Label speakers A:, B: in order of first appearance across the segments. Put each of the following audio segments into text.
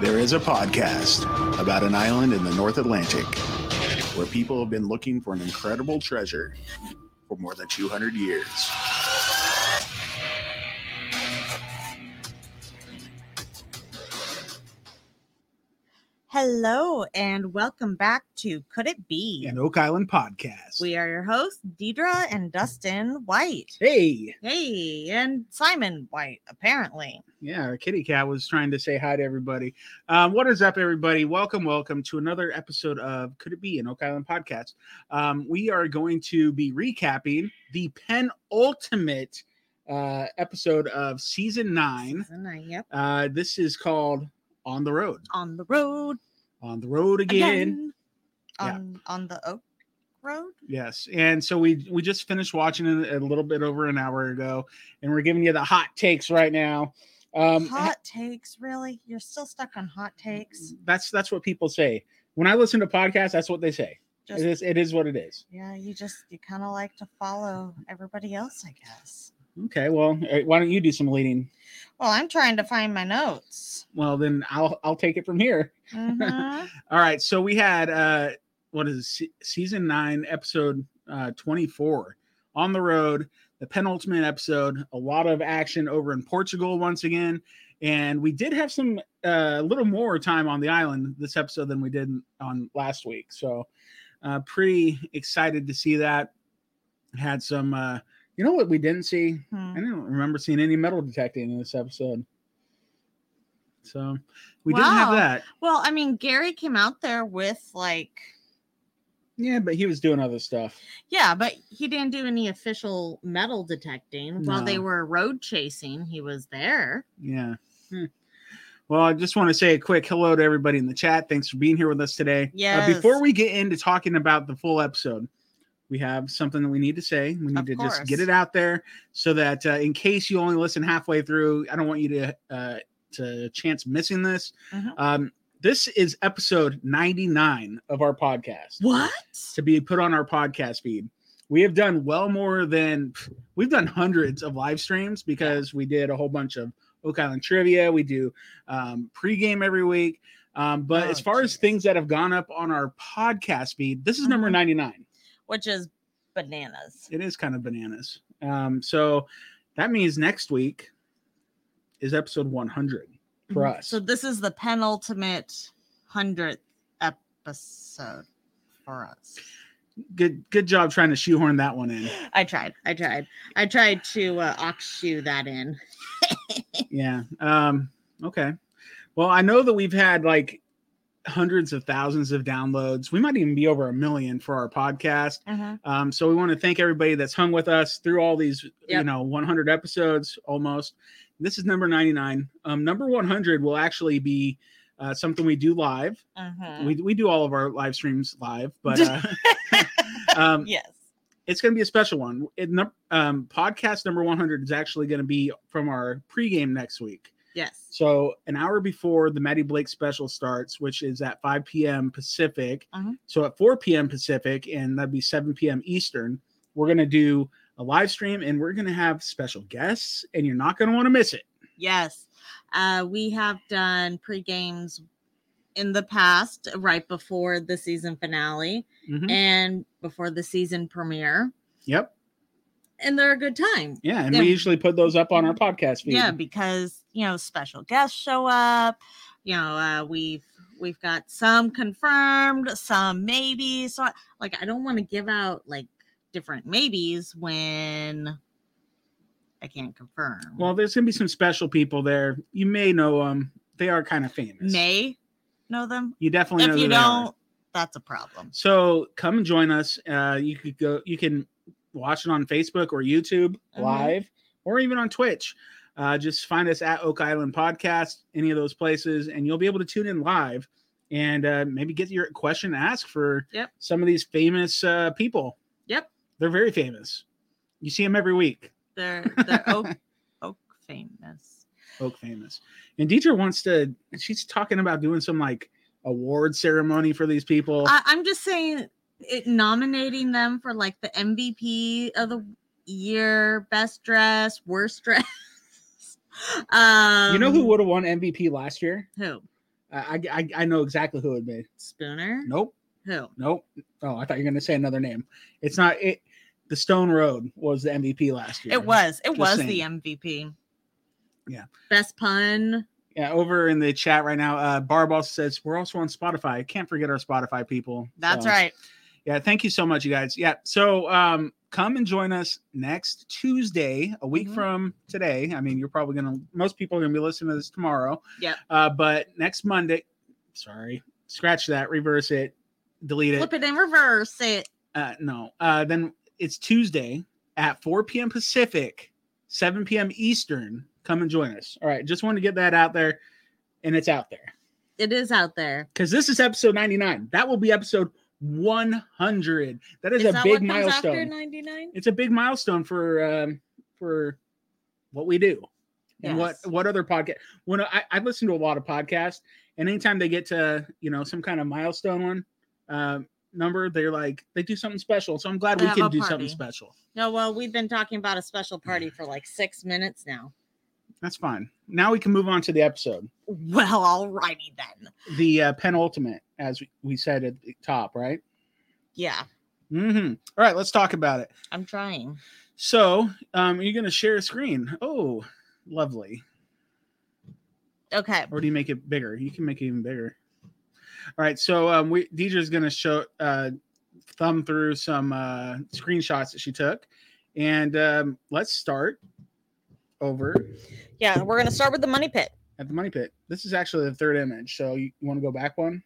A: There is a podcast about an island in the North Atlantic where people have been looking for an incredible treasure for more than 200 years.
B: Hello and welcome back to Could It Be?
C: an Oak Island podcast.
B: We are your hosts, Deidre and Dustin White.
C: hey,
B: Hey, and Simon White, apparently.
C: yeah, our kitty cat was trying to say hi to everybody. Um, what is up, everybody? Welcome, welcome to another episode of Could It Be an Oak Island podcast. Um, we are going to be recapping the penultimate uh, episode of season nine.
B: Season nine, Yep.
C: Uh, this is called On the Road.
B: On the road
C: On the Road again.
B: again.
C: Yeah.
B: On on the oak road.
C: Yes, and so we we just finished watching it a little bit over an hour ago, and we're giving you the hot takes right now. Um,
B: hot takes, really? You're still stuck on hot takes.
C: that's that's what people say when i listen to podcasts that's what they say
B: Just
C: it is it is what it is
B: yeah, you just you kind of like to follow everybody else, I guess.
C: okay well all right, why don't you do some leading
B: Well, I'm trying to find my notes.
C: well then i'll i'll take it from here
B: Mhm.
C: all right so we had uh what is it, se- season 9 episode uh 24 on the road the penultimate episode a lot of action over in portugal once again and we did have some uh, a little more time on the island this episode than we did on last week so uh, pretty excited to see that had some uh, you know what we didn't see
B: Hmm.
C: i don't remember seeing any metal detecting in this episode so we didn't
B: Wow.
C: have that
B: Well, I mean, Gary came out there with like,
C: yeah but he was doing other stuff
B: yeah, but he didn't do any official metal detecting. While they
C: No.
B: were road chasing, he was there.
C: Yeah. Hmm. Well, I just want to say a quick hello to everybody in the chat. Thanks for being here with us today. Uh,
B: Yes.
C: before we get into talking about the full episode, we have something that we need to say. We need
B: Of
C: to just
B: course.
C: get it out there so that uh, in case you only listen halfway through, I don't want you to uh, to chance missing this.
B: Mhm.
C: Um, this is episode 99 of our podcast
B: What?
C: to be put on our podcast feed. We have done well more than we've done hundreds of live streams because we did a whole bunch of Oak Island trivia. We do um, pregame every week. Um, but
B: Oh,
C: as far as
B: geez.
C: things that have gone up on our podcast feed, this is number
B: Mhm.
C: 99.
B: Which is bananas.
C: It is kind of bananas. Um, so that means next week is episode 100 for
B: Mhm.
C: us.
B: So this is the penultimate hundredth episode for us.
C: Good good job trying to shoehorn that one in.
B: I tried. I tried. I tried to uh, offshoe that in.
C: yeah um okay well i know that we've had like hundreds of thousands of downloads we might even be over a million for our podcast um so we want to thank everybody that's hung with us through all these you
B: Yep.
C: know 100 episodes almost this is number 99 um number 100 will actually be uh, something we do live
B: Mhm.
C: we, we do all of our live streams live but uh, um
B: yes.
C: it's going to be a special one. It, num- um, podcast number 100 is actually going to be from our pregame next week.
B: Yes.
C: So an hour before the Maddie Blake special starts, which is at 5 p.m. Pacific.
B: Mhm.
C: So at 4 p.m. Pacific, and that'd be 7 p.m. Eastern, we're gonna do a live stream and we're gonna have special guests, and you're not gonna want to miss it.
B: Yes. Uh, we have done pre games in the past, right before the season finale
C: Mhm.
B: and before the season premiere.
C: Yep.
B: And they're a good time.
C: Yeah. And
B: Yeah.
C: we usually put those up on our podcast feed.
B: Yeah, because you know, special guests show up. You know, uh, we've we've got some confirmed, some maybe. So, I- like, I don't want to give out like different maybes when I can't confirm.
C: Well, there's gonna be some special people there. You may know them. They are kind of famous.
B: may know them.
C: You definitely know
B: If you
C: who they are.
B: don't, that's a problem.
C: So come and join us. Uh, you could go. You can watch it on Facebook or YouTube
B: Mhm.
C: live, or even on Twitch. Uh, just find us at Oak Island Podcast, any of those places, and you'll be able to tune in live and uh, maybe get your question asked for
B: Yep.
C: some of these famous uh, people.
B: Yep.
C: they're very famous. You see them every week.
B: They're they're oak oak famous.
C: Oak famous. And Deidre wants to. She's talking about doing some like award ceremony for these people.
B: I, I'm just saying, it, nominating them for like the MVP of the year, best dress, worst dress. Um,
C: you know who would have won MVP last year?
B: who?
C: I, I I know exactly who it would be.
B: Spooner?
C: Nope,
B: Who?
C: nope. Oh, I thought you were gonna say another name. It's not it. The Stone Road was the MVP last year.
B: It was. It
C: Just
B: was
C: saying.
B: the MVP.
C: Yeah.
B: Best pun.
C: Yeah, over in the chat right now, uh, Barb also says we're also on Spotify. Can't forget our Spotify people.
B: That's
C: So,
B: right.
C: Yeah, thank you so much, you guys. Yeah, so um, come and join us next Tuesday, a week
B: Mhm.
C: from today. I mean, you're probably gonna. Most people are gonna be listening to this tomorrow.
B: Yep.
C: Uh, but next Monday, sorry, scratch that, reverse it, delete it.
B: Flip it in reverse. It.
C: Uh, no. Uh, then it's Tuesday at 4 p.m. Pacific, 7 p.m. Eastern. Come and join us. All right. Just wanted to get that out there. And it's out there
B: It is out there.
C: because this is episode 99. That will be episode 100. That is,
B: Is
C: a
B: that
C: big
B: what comes after
C: milestone.
B: 99?
C: It's a big milestone for um, for what we do and what
B: Yes.
C: what other podcast. When I, I listen to a lot of podcasts, and anytime they get to you know some kind of milestone one um, number, they're like they do something special. So I'm glad
B: They
C: we
B: have
C: can
B: a
C: do
B: party.
C: something special.
B: No, well, we've been talking about a special party for like six minutes now.
C: That's fine. Now we can move on to the episode,
B: Well, alrighty then.
C: the uh, penultimate, as we- we said at the top, right?
B: Yeah,
C: Mm-hmm. All right, let's talk about it.
B: I'm trying.
C: So, um, are you going to share a screen? Oh, lovely.
B: Okay.
C: Or do you make it bigger? You can make it even bigger. All right, so um, we Deidre's going to show uh, thumb through some uh, screenshots that she took, and um, let's start over
B: Yeah, we're gonna start with the money pit.
C: at the money pit. This is actually the third image. So you, you want to go back one?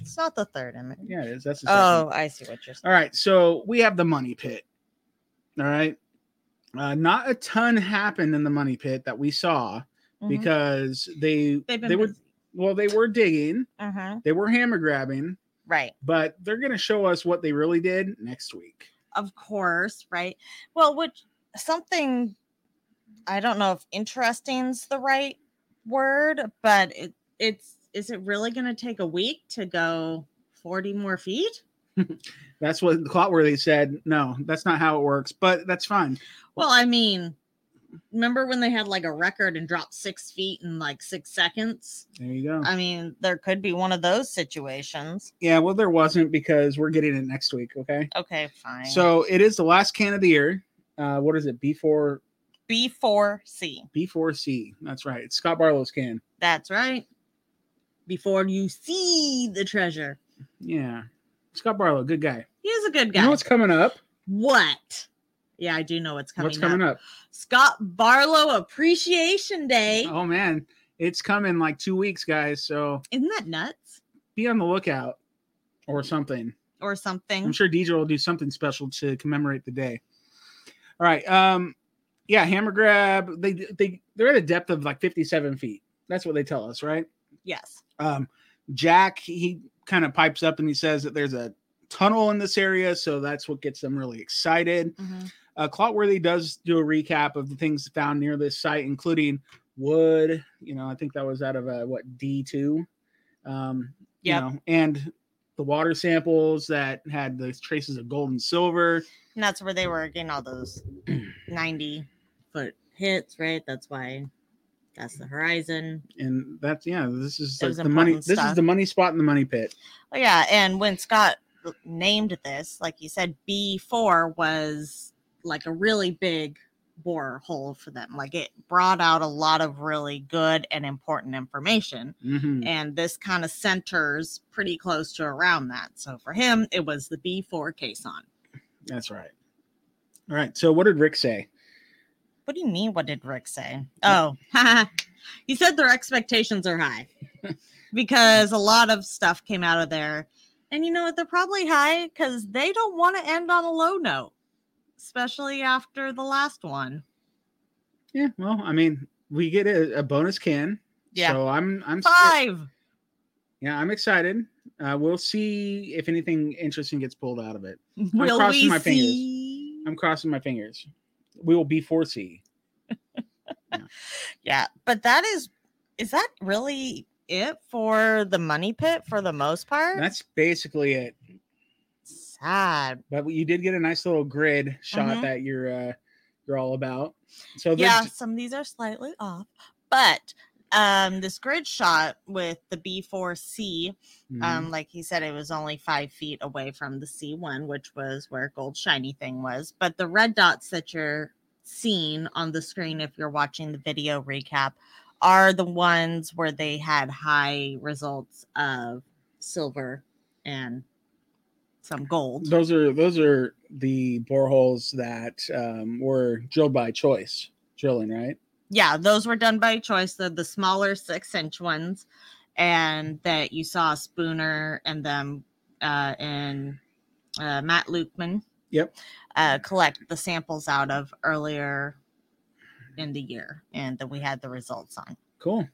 B: It's not the third image.
C: Yeah, it is. That's the second one.
B: Oh, I see what you're saying.
C: All right, so we have the money pit. All right. Uh, not a ton happened in the money pit that we saw
B: Mhm.
C: because they
B: They've been
C: they were
B: busy.
C: well they were digging,
B: Mhm.
C: they were hammer grabbing,
B: right.
C: but they're going to show us what they really did next week.
B: of course, right? Well, which something I don't know if interesting's the right word, but it, it's is it really going to take a week to go 40 more feet?
C: That's what the Clotworthy said. No, that's not how it works, but that's fine.
B: Well, I mean, remember when they had like a record and dropped 6 feet in like 6 seconds?
C: There you go.
B: I mean, there could be one of those situations.
C: Yeah, well there wasn't because we're getting it next week, okay?
B: Okay, fine.
C: So it is the last can of the year. Uh, what is it? B4
B: B4C.
C: B4C. That's right. It's Scott Barlow's can.
B: That's right. Before you see the treasure.
C: Yeah. Scott Barlow, good guy.
B: He's a good guy.
C: You know what's coming up?
B: What? Yeah, I do know what's coming.
C: what's coming
B: up.
C: up?
B: Scott Barlow Appreciation Day.
C: Oh man, it's coming like two weeks, guys. So
B: Isn't that nuts
C: be on the lookout or something.
B: or
C: I'm
B: something?
C: sure DJ will do something special to commemorate the day. All right. Um, yeah, hammer grab. They they they're at a depth of like 57 feet. That's what they tell us, right?
B: Yes.
C: Um, Jack he kind of pipes up and he says that there's a tunnel in this area, so that's what gets them really excited.
B: Mhm.
C: Uh, Clotworthy does do a recap of the things found near this site, including wood. You know, I think that was out of a, what D two. Um,
B: Yep.
C: You know, and the water samples that had the traces of gold and silver.
B: And that's where they were getting all those 90 foot hits, right? That's why that's the horizon.
C: And that's yeah, this is
B: It
C: like
B: was
C: the money.
B: important
C: This is
B: stuff.
C: the money spot in the money pit.
B: Oh, yeah. And when Scott named this, like you said, B4 was like a really big borehole for them. Like it brought out a lot of really good and important information.
C: Mhm.
B: and this kind of centers pretty close to around that. So for him, it was the B4 caisson.
C: That's right. All right. So what did Rick say?
B: What do you mean? What did Rick say? Oh, he said their expectations are high because a lot of stuff came out of there. And you know what? They're probably high because they don't want to end on a low note, especially after the last one.
C: Yeah. Well, I mean, we get a, a bonus can. So I'm I'm
B: Five.
C: yeah I'm excited. Uh, we'll see if anything interesting gets pulled out of it.
B: Will
C: crossing
B: we
C: my fingers.
B: see?
C: I'm crossing my fingers. We will be 4C.
B: Yeah, but that is is that really it for the money pit for the most part?
C: That's basically it.
B: sad.
C: But you did get a nice little grid shot
B: Mhm.
C: that you're uh, you're all about. So there's
B: yeah, some of these are slightly off, but um this grid shot with the B4C.
C: Mhm.
B: Um, like he said, it was only five feet away from the C1, which was where gold shiny thing was. But the red dots that you're seeing on the screen, if you're watching the video recap, are the ones where they had high results of silver and some gold.
C: those are those are the boreholes that um, were drilled by choice drilling, right?
B: yeah, those were done by choice. The the smaller six inch ones, and that you saw Spooner and them uh, and uh, Matt Lukeman.
C: Yep.
B: Uh, collect the samples out of earlier in the year, and that we had the results on.
C: Cool.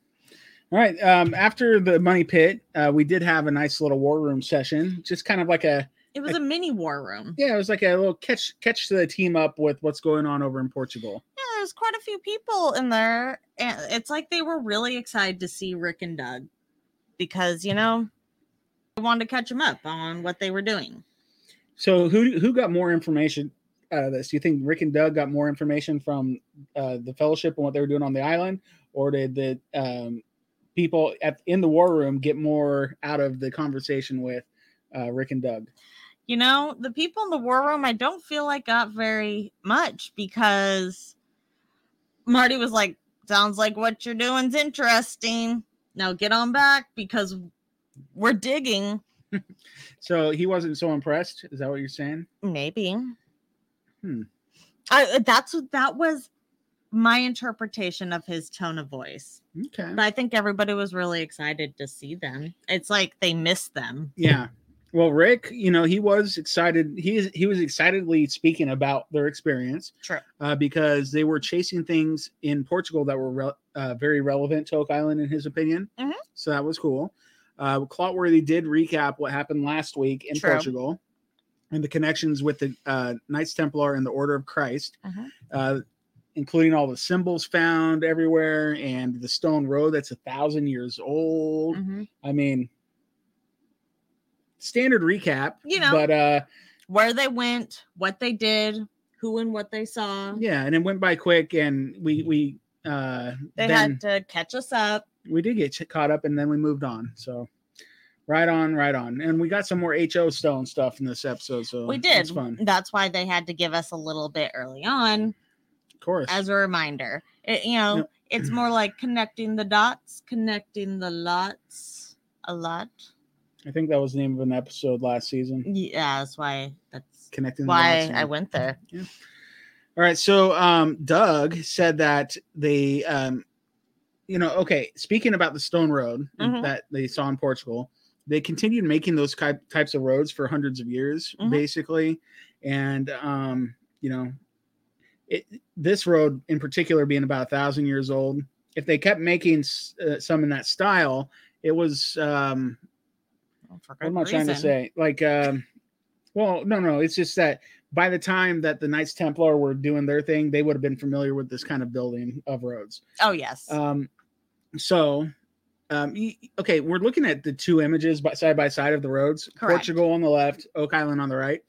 C: All right. Um, after the money pit, uh, we did have a nice little war room session. Just kind of like a
B: It was a mini war room.
C: yeah, it was like a little catch catch the team up with what's going on over in Portugal.
B: Yeah, there's quite a few people in there, and it's like they were really excited to see Rick and Doug because you know they wanted to catch them up on what they were doing.
C: So who who got more information? Uh, this you think Rick and Doug got more information from uh, the Fellowship and what they were doing on the island, or did the um, people at, in the war room get more out of the conversation with uh, Rick and Doug?
B: you know the people in the war room i don't feel like got very much because marty was like sounds like what you're doing's interesting now get on back because we're digging
C: So he wasn't so impressed. Is that what you're saying?
B: maybe
C: Hmm.
B: I, uh, that's that was my interpretation of his tone of voice
C: Okay.
B: but i think everybody was really excited to see them it's like they missed them
C: Yeah. Well, Rick, you know, he was excited. He is, he was excitedly speaking about their experience.
B: True.
C: Uh, because they were chasing things in Portugal that were re- uh, very relevant to Oak Island, in his opinion.
B: Mhm.
C: So that was cool. Uh, Clotworthy did recap what happened last week in
B: True.
C: Portugal and the connections with the uh, Knights Templar and the Order of Christ,
B: Mhm.
C: uh, including all the symbols found everywhere and the stone road that's a thousand years old.
B: Mm-hmm.
C: I mean, standard recap,
B: You know.
C: but uh,
B: where they went what they did who and what they saw
C: yeah, and it went by quick, and we we uh,
B: they
C: then
B: had to catch us up.
C: we did get ch- caught up, and then we moved on. So right on, right on, and we got some more ho stone stuff in this episode. So
B: We did.
C: it's Oh, fun,
B: That's why they had to give us a little bit early on
C: of course.
B: as a reminder. It, you know,
C: Yep.
B: it's more like connecting the dots, connecting the lots a lot.
C: I think that was the name of an episode last season.
B: Yeah, that's why that's
C: Connecting. the dots
B: why
C: and-
B: I went there.
C: All right. So um, Doug said that they, um, you know, okay, speaking about the stone road
B: Mhm.
C: that they saw in Portugal, they continued making those ki- types of roads for hundreds of years,
B: Mhm.
C: basically. And, um, you know, it, this road in particular being about a thousand years old, if they kept making s- uh, some in that style, it was, um,
B: For
C: what
B: good
C: am I trying to
B: reason.
C: say? Like, um, well, no, no, it's just that by the time that the Knights Templar were doing their thing, they would have been familiar with this kind of building of roads.
B: Oh yes.
C: Um, so, um, y- okay, we're looking at the two images by, side by side of the roads.
B: Correct.
C: Portugal on the left, Oak Island on the right.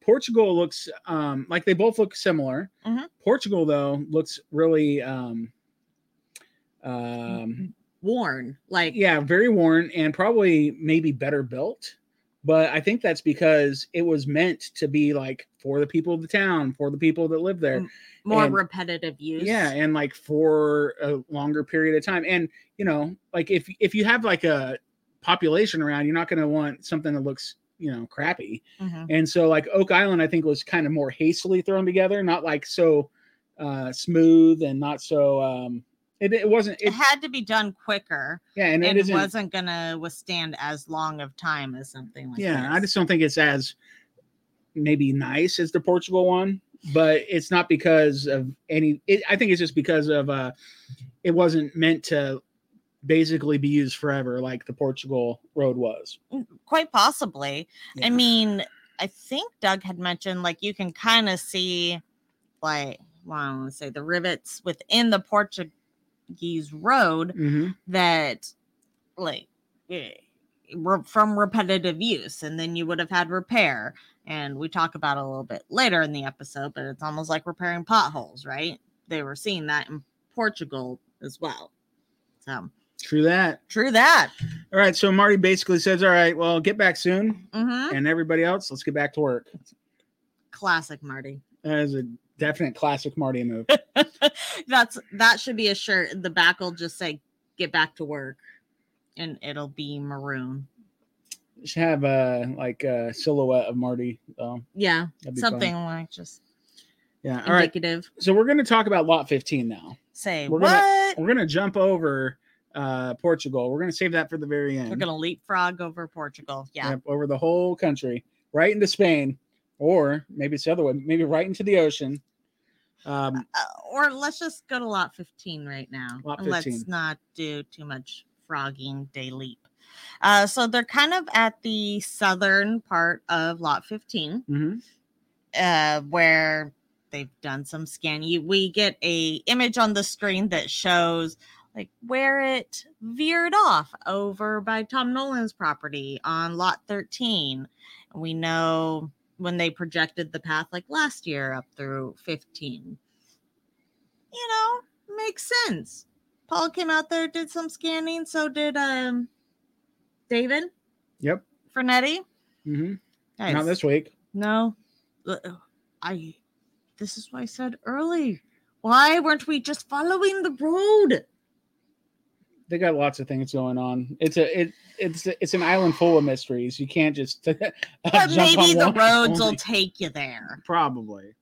C: Portugal looks um, like they both look similar.
B: Mhm.
C: Portugal though looks really, um, um,
B: Worn. Like
C: yeah, very worn and probably maybe better built. But I think that's because it was meant to be like for the people of the town, for the people that live there.
B: Mm, more
C: and-
B: repetitive use.
C: Yeah, and like for a longer period of time. And you know, like if if you have like a population around, you're not going to want something that looks, you know, crappy.
B: Mhm.
C: And so like Oak Island I think was kind of more hastily thrown together, not like so uh smooth and not so um it, it wasn't
B: It
C: it,
B: had to be done quicker,
C: yeah, and it
B: and it
C: isn't
B: wasn't going to withstand as long of time as something like
C: yeah, I
B: this.
C: just don't think it's as maybe nice as the Portugal one, but it's not because of any. It, I think it's just because of uh, it wasn't meant to basically be used forever like the Portugal road was.
B: quite possibly.
C: Yeah.
B: I mean, I think Doug had mentioned like you can kind of see like well, I don't want to say the rivets within the Portuguese road
C: hmm
B: that like eh, re- from repetitive use and then you would have had repair and we talk about it a little bit later in the episode but it's almost like repairing potholes right they were seeing that in portugal as well So
C: True that.
B: true that.
C: All right. So Marty basically says, All right, well, get back soon.
B: hmm
C: And everybody else, let's get back to work.
B: Classic Marty.
C: That is a definite classic Marty move.
B: That's that should be a shirt. The back will just say "Get back to work," and it'll be maroon.
C: Should have a like a silhouette of Marty. though.
B: Yeah,
C: That'd be fun.
B: something like just
C: Yeah. All right.
B: indicative.
C: So we're going to talk about lot 15 now.
B: Say
C: We're
B: what?
C: gonna- We're going to jump over uh Portugal. We're going to save that for the very end.
B: We're gonna leapfrog over Portugal. Yeah,
C: Yep, over the whole country, right into Spain, or maybe it's the other way, maybe right into the ocean. Um,
B: Uh, or let's just go to lot 15 right now.
C: Lot
B: and Let's
C: 15.
B: not do too much frogging day leap. Uh, so they're kind of at the southern part of lot 15.
C: mhm.
B: uh, where they've done some scanning. We get a image on the screen that shows like where it veered off over by Tom Nolan's property on lot 13. And we know when they projected the path like last year up through 15. You know, makes sense. Paul came out there, did some scanning, so did um David
C: Yep.
B: Frenetti.
C: mhm. Not
B: Guys.
C: this week.
B: No, L- uh, I. This is why I said early. Why weren't we just following the road?
C: They got lots of things going on. It's a it it's it's an island full of mysteries. You can't just.
B: But maybe the roads will
C: will
B: take you there.
C: probably.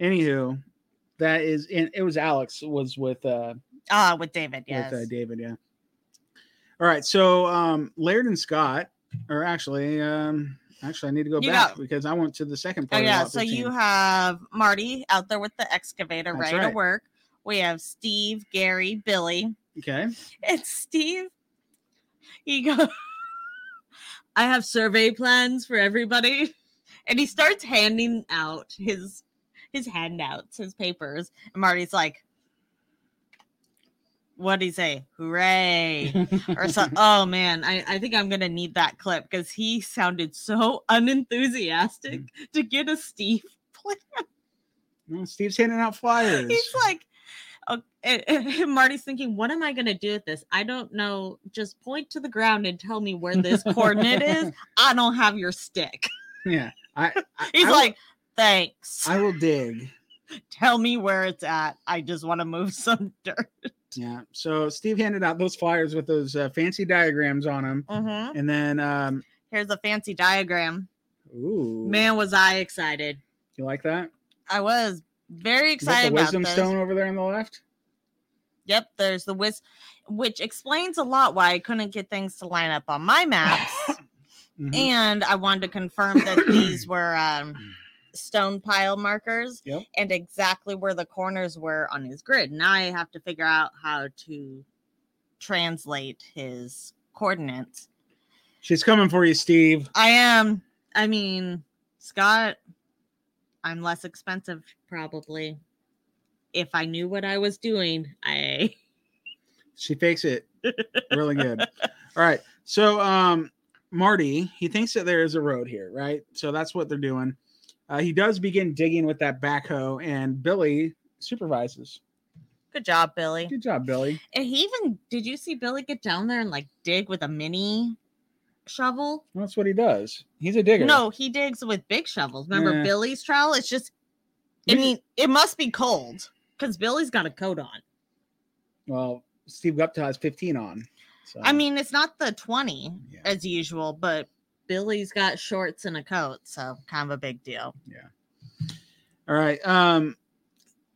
C: Anywho, that is and it was Alex was with uh
B: Ah, with David, yes.
C: with uh, David. Yeah. All right. So um Laird and Scott, or actually, um actually, I need to go
B: You
C: back
B: got-
C: because I went to the second
B: oh
C: part.
B: yeah,
C: of
B: so you have Marty out there with the excavator,
C: That's
B: ready
C: right.
B: to work. We have Steve, Gary, Billy.
C: okay?
B: It's Steve. He goes, I have survey plans for everybody. And he starts handing out his his handouts, his papers. And Marty's like, What'd he say? Hooray. Or so oh man, I, I think I'm gonna need that clip because he sounded so unenthusiastic to get a Steve plan.
C: Well, Steve's handing out flyers.
B: He's like, oh, and- and Marty's thinking, what am I going to do with this? I don't know. Just point to the ground and tell me where this coordinate is. I don't have your stick.
C: yeah, I. I
B: He's
C: I will-
B: like, thanks.
C: I will dig.
B: tell me where it's at. I just want to move some dirt.
C: Yeah. So Steve handed out those flyers with those uh, fancy diagrams on them,
B: Mhm.
C: and then um,
B: Here's a fancy diagram.
C: ooh,
B: Man, was I excited.
C: you like that?
B: I was very
C: Is that
B: excited
C: the
B: about
C: wisdom
B: this.
C: stone over there on the left?
B: Yep, there's the whiz, which explains a lot why I couldn't get things to line up on my maps.
C: Mhm.
B: and I wanted to confirm that these were um, stone pile markers
C: Yep.
B: and exactly where the corners were on his grid. Now I have to figure out how to translate his coordinates.
C: She's coming for you, Steve.
B: I am, I mean, Scott, I'm less expensive probably. If I knew what I was doing, I
C: She fakes it really good. All right. So um Marty, he thinks that there is a road here, right? So that's what they're doing. Uh, he does begin digging with that backhoe, and Billy supervises.
B: good job, Billy.
C: Good job, Billy.
B: And he even did you see Billy get down there and like dig with a mini shovel?
C: That's what he does. He's a digger.
B: No, he digs with big shovels. Remember
C: Yeah.
B: Billy's trowel? It's just, I
C: You-
B: mean, it must be cold because Billy's got a coat on.
C: Well, Steve Gupta has 15 on. So
B: I mean, it's not the 20
C: Yeah.
B: as usual, but Billy's got shorts and a coat. So kind of a big deal.
C: all right. Um,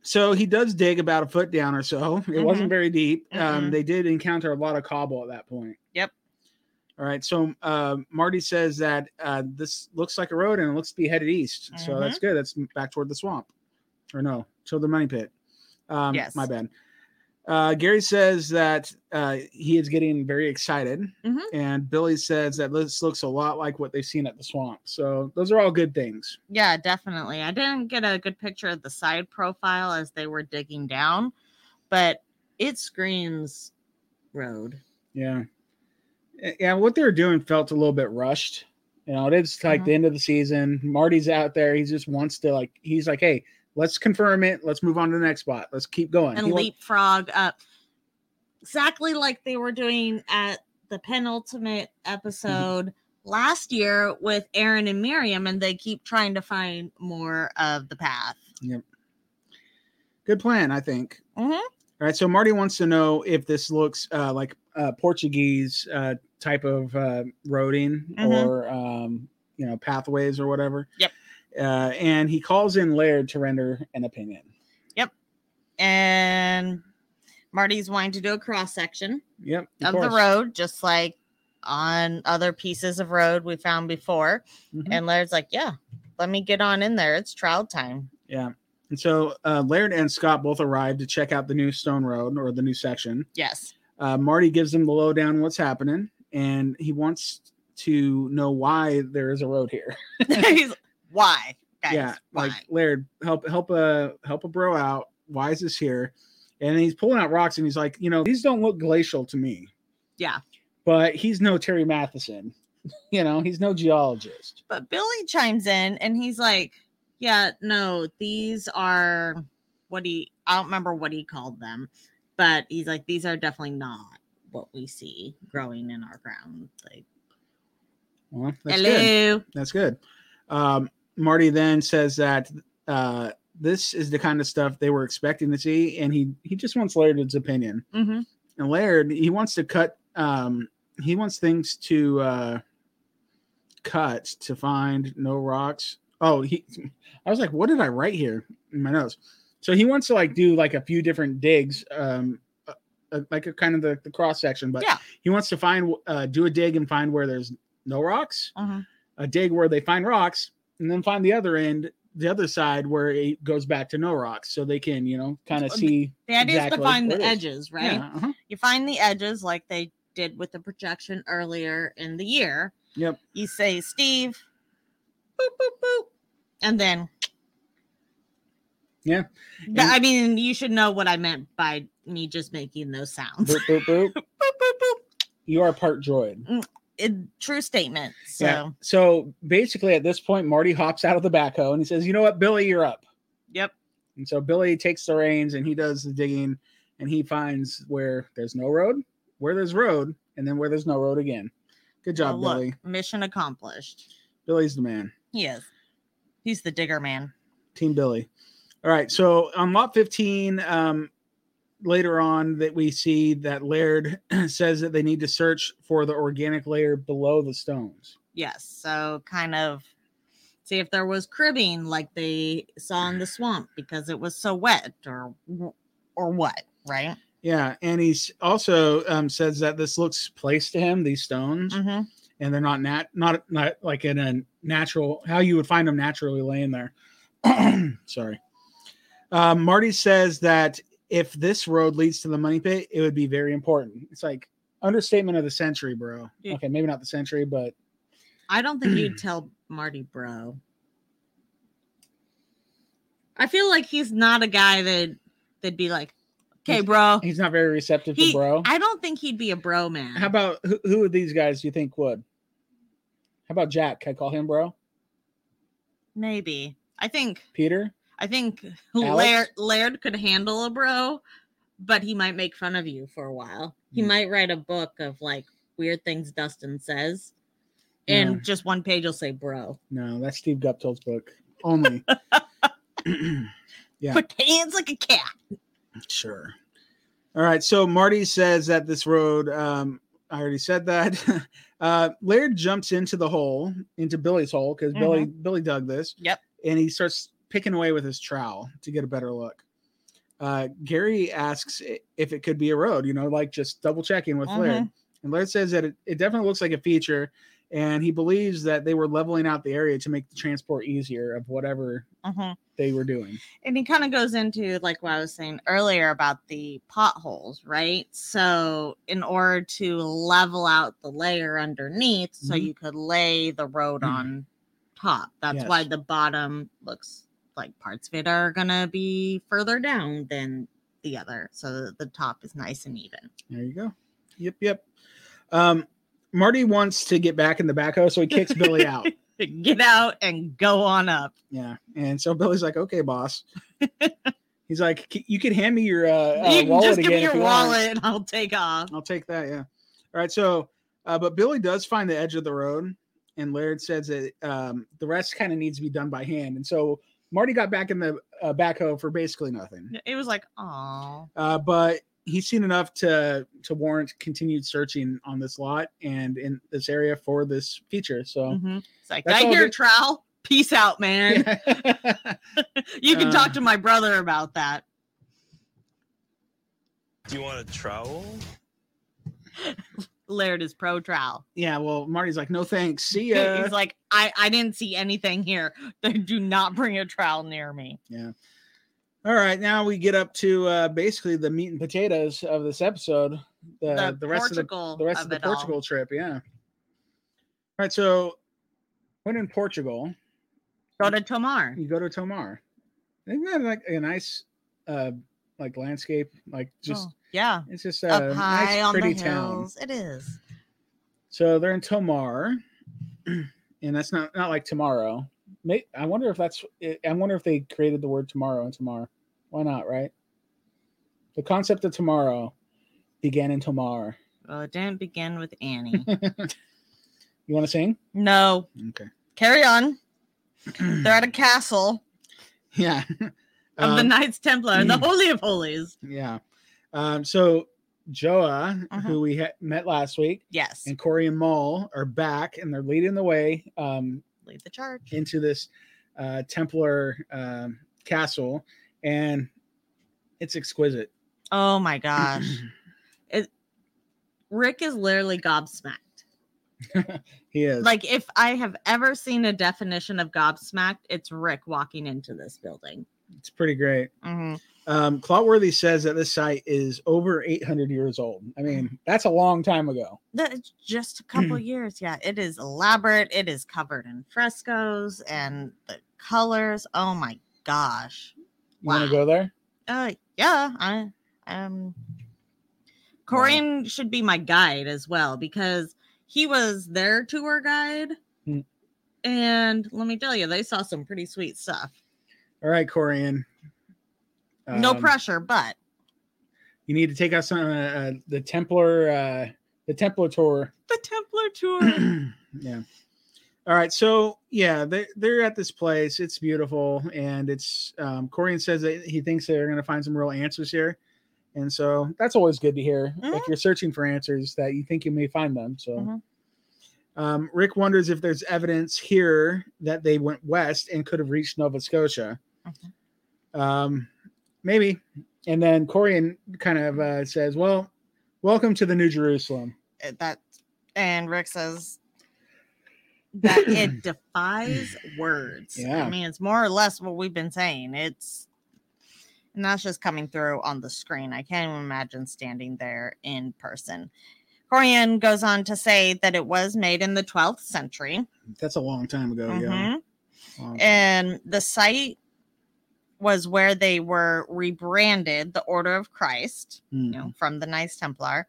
C: so he does dig about a foot down or so. It wasn't very deep. Um,
B: Mm-hmm. Mm-mm.
C: they did encounter a lot of cobble at that point.
B: Yep.
C: All right. So uh, Marty says that uh, this looks like a road and it looks to be headed east.
B: Mm-hmm.
C: So that's good. That's back toward the swamp, or no, toward the money pit. Um,
B: Yes.
C: My bad. Uh, Gary says that uh, he is getting very excited,
B: Mhm.
C: and Billy says that this looks a lot like what they've seen at the swamp. So those are all good things.
B: Yeah, definitely. I didn't get a good picture of the side profile as they were digging down, but it screams road.
C: Yeah, Eh, yeah. What they were doing felt a little bit rushed. You know, it is like
B: Mm-hmm.
C: the end of the season. Marty's out there. He just wants to like. He's like, hey, let's confirm it. Let's move on to the next spot. Let's keep going.
B: And
C: He wa-
B: leapfrog up. exactly like they were doing at the penultimate episode last year with Aaron and Miriam, and they keep trying to find more of the path.
C: Good plan, I think.
B: Mhm.
C: All right, so Marty wants to know if this looks uh, like uh, Portuguese uh, type of uh, roading
B: Mhm.
C: or um, you know pathways or whatever.
B: Yep.
C: Uh, and he calls in Laird to render an opinion.
B: And Marty's wanting to do a cross section
C: Yep.
B: of the
C: course.
B: road, just like on other pieces of road we found before.
C: Mhm.
B: And Laird's like, Yeah, let me get on in there. It's trial time.
C: Yeah. And so uh, Laird and Scott both arrive to check out the new stone road or the new section.
B: Yes.
C: Uh, Marty gives them the lowdown on what's happening, and he wants to know why there is a road here.
B: He's, why? Guys,
C: yeah,
B: why?
C: like Laird, help help a help a bro out. Why is this here? And he's pulling out rocks, and he's like, you know, these don't look glacial to me.
B: Yeah.
C: but he's no Terry Matheson. You know, he's no geologist.
B: But Billy chimes in and he's like, Yeah, no, these are what he, I don't remember what he called them, but he's like, These are definitely not what we see growing in our ground. Like,
C: Well, that's good.
B: hello.
C: That's good. Um, Marty then says that uh, this is the kind of stuff they were expecting to see, and he he just wants Laird's opinion.
B: Mm-hmm.
C: And Laird he wants to cut. Um, he wants things to uh, cut to find no rocks. Oh, he. I was like, what did I write here in my notes? So he wants to like do like a few different digs, um, uh, uh, like a kind of the, the cross section. But
B: Yeah.
C: he wants to find uh, do a dig and find where there's no rocks
B: Uh-huh.
C: a dig where they find rocks and then find the other end the other side where it goes back to no rocks so they can you know kind of
B: Okay.
C: see
B: The idea is
C: Exactly
B: to find
C: what
B: the
C: it is.
B: edges, right?
C: yeah, uh-huh.
B: You find the edges like they did with the projection earlier in the year.
C: Yep.
B: You say, Steve, boop, boop, boop. And then,
C: Yeah,
B: Th- I mean, you should know what I meant by me just making those sounds.
C: boop, boop, boop.
B: Boop, boop, boop.
C: you are part droid
B: it- true statement. So
C: yeah so basically at this point marty hops out of the backhoe and he says you know what billy you're up
B: yep.
C: and so billy takes the reins and he does the digging and he finds where there's no road where there's road and then where there's no road again good job
B: Well,
C: billy
B: Oh, look, mission accomplished.
C: billy's the man
B: He is. He's the digger man.
C: Team Billy. All right. So on lot 15, um, later on that we see that Laird says that they need to search for the organic layer below the stones.
B: Yes. So kind of see if there was cribbing like they saw in the swamp because it was so wet or wh- or what, right?
C: Yeah. And he's also um, says that this looks placed to him, these stones,
B: Mm-hmm.
C: and they're not nat not not like in a natural how you would find them naturally laying there. Sorry. Uh, Marty says that if this road leads to the money pit, it would be very important. It's like understatement of the century, bro.
B: Yeah.
C: Okay, maybe not the century, but
B: I don't think you'd tell Marty bro. I feel like he's not a guy that that'd be like, okay,
C: He's-
B: bro.
C: he's not very receptive
B: Oh. He-
C: to bro.
B: I don't think he'd be a bro man.
C: How about who, who of these guys do you think would? How about Jack? Can I call him bro?
B: Maybe. I think
C: Peter?
B: I think Laird
C: Alex?
B: Laird could handle a bro, but he might make fun of you for a while. He
C: Mm.
B: might write a book of like weird things Dustin says,
C: Yeah.
B: and just one page will say bro.
C: No, that's Steve Guptill's book only. Yeah.
B: Put hands like a cat.
C: Sure. All right. So Marty says that this road, um, I already said that. uh, Laird jumps into the hole, into Billy's hole, because Billy Billy dug this.
B: Yep.
C: And he starts picking away with his trowel to get a better look. Uh, Gary asks i- if it could be a road, you know, like just double checking with Laird. And Laird says that it, it definitely looks like a feature. And he believes that they were leveling out the area to make the transport easier of whatever
B: Mhm.
C: they were doing.
B: And he kind of goes into like what I was saying earlier about the potholes, right? So, in order to level out the layer underneath, so
C: Mhm.
B: you could lay the road
C: Mhm.
B: on top, that's why
C: Yes.
B: the bottom looks like parts of it are going to be further down than the other. So, that the top is nice and even.
C: There you go. Yep, yep. Um, Marty wants to get back in the backhoe, so he kicks Billy out.
B: Get out and go on up.
C: Yeah, and so Billy's like, "Okay, boss." He's like, "C- you can hand me your uh, uh,
B: you can
C: wallet
B: just give
C: again if
B: me your
C: you want."
B: wallet and I'll take off.
C: I'll take that. Yeah. All right. So, uh, but Billy does find the edge of the road, and Laird says that um, the rest kind of needs to be done by hand. And so Marty got back in the uh, backhoe for basically nothing,
B: It was like, oh,
C: uh, but he's seen enough to to warrant continued searching on this lot and in this area for this feature. So.
B: Mm-hmm. it's like,
C: That's
B: I
C: all
B: hear
C: the-
B: trowel. Peace out, man. Mm-hmm. you can
C: Uh,
B: talk to my brother about that.
D: Do you want a trowel?
B: Laird is pro trowel.
C: yeah, well, Marty's like, no thanks. See ya.
B: He's like, I, I didn't see anything here. Do not bring a trowel near me.
C: All right, now we get up to uh, basically the meat and potatoes of this episode. The, the, rest of the
B: Portugal
C: the rest of, the
B: it all.
C: Portugal trip. Yeah. All right. So when in Portugal,
B: Go to Oh, Tomar.
C: you go to Tomar. They've got like a nice, uh, like landscape, like just
B: Oh, yeah.
C: it's just a
B: Up high
C: nice,
B: on the
C: pretty
B: hills.
C: town.
B: It is.
C: So they're in Tomar, and that's not not like tomorrow. May, I wonder if that's. eh, I- I wonder if they created the word tomorrow in Tomar. Why not? Right. The concept of tomorrow began in Tomar.
B: Well, it didn't begin with Annie.
C: You want to sing?
B: no.
C: Okay.
B: Carry on. They're at a castle
C: yeah.
B: of the
C: Um,
B: Knights Templar and the
C: mm.
B: Holy of Holies.
C: Yeah. Um, so Joa,
B: Uh-huh.
C: who we ha- met last week,
B: Yes.
C: and Corey and Maul are back and they're leading the way um,
B: Lead the charge.
C: into this uh, Templar um, castle. And it's exquisite.
B: Oh my gosh. Rick is literally gobsmacked.
C: he is.
B: Like, if I have ever seen a definition of gobsmacked, it's Rick walking into this building.
C: it's pretty great.
B: Mm-hmm.
C: Um, Clotworthy says that this site is over 800 years old. I mean, that's a long time ago.
B: That's just a couple years. Yeah, it is elaborate. It is covered in frescoes and the colors. Oh my gosh.
C: You want
B: Wow.
C: to go there?
B: Uh, yeah. I um, Corin should be my guide as well because he was their tour guide,
C: Hmm.
B: and let me tell you, they saw some pretty sweet stuff.
C: All right, Corian.
B: no
C: Um,
B: pressure, but
C: You need to take us on uh, uh, the Templar, uh, the Templar tour.
B: the Templar tour.
C: yeah. All right. So yeah, they they're at this place. It's beautiful, and it's um, Corian says that he thinks they're going to find some real answers here, and so that's always good to hear. If you're searching for answers, that you think you may find them. So.
B: Mhm.
C: Um, Rick wonders if there's evidence here that they went west and could have reached Nova Scotia.
B: Okay.
C: Um, maybe. And then Corian kind of uh, says, "Well, welcome to the New Jerusalem."
B: Uh, that and Rick says that it defies words.
C: Yeah.
B: I mean, it's more or less what we've been saying. It's and that's just coming through on the screen. I can't even imagine standing there in person. Corian goes on to say that it was made in the 12th century.
C: That's a long time ago. Oh, Yeah.
B: Mhm.
C: Long time.
B: And the site was where they were rebranded the Order of Christ
C: Mm.
B: you know, from the Knights Templar.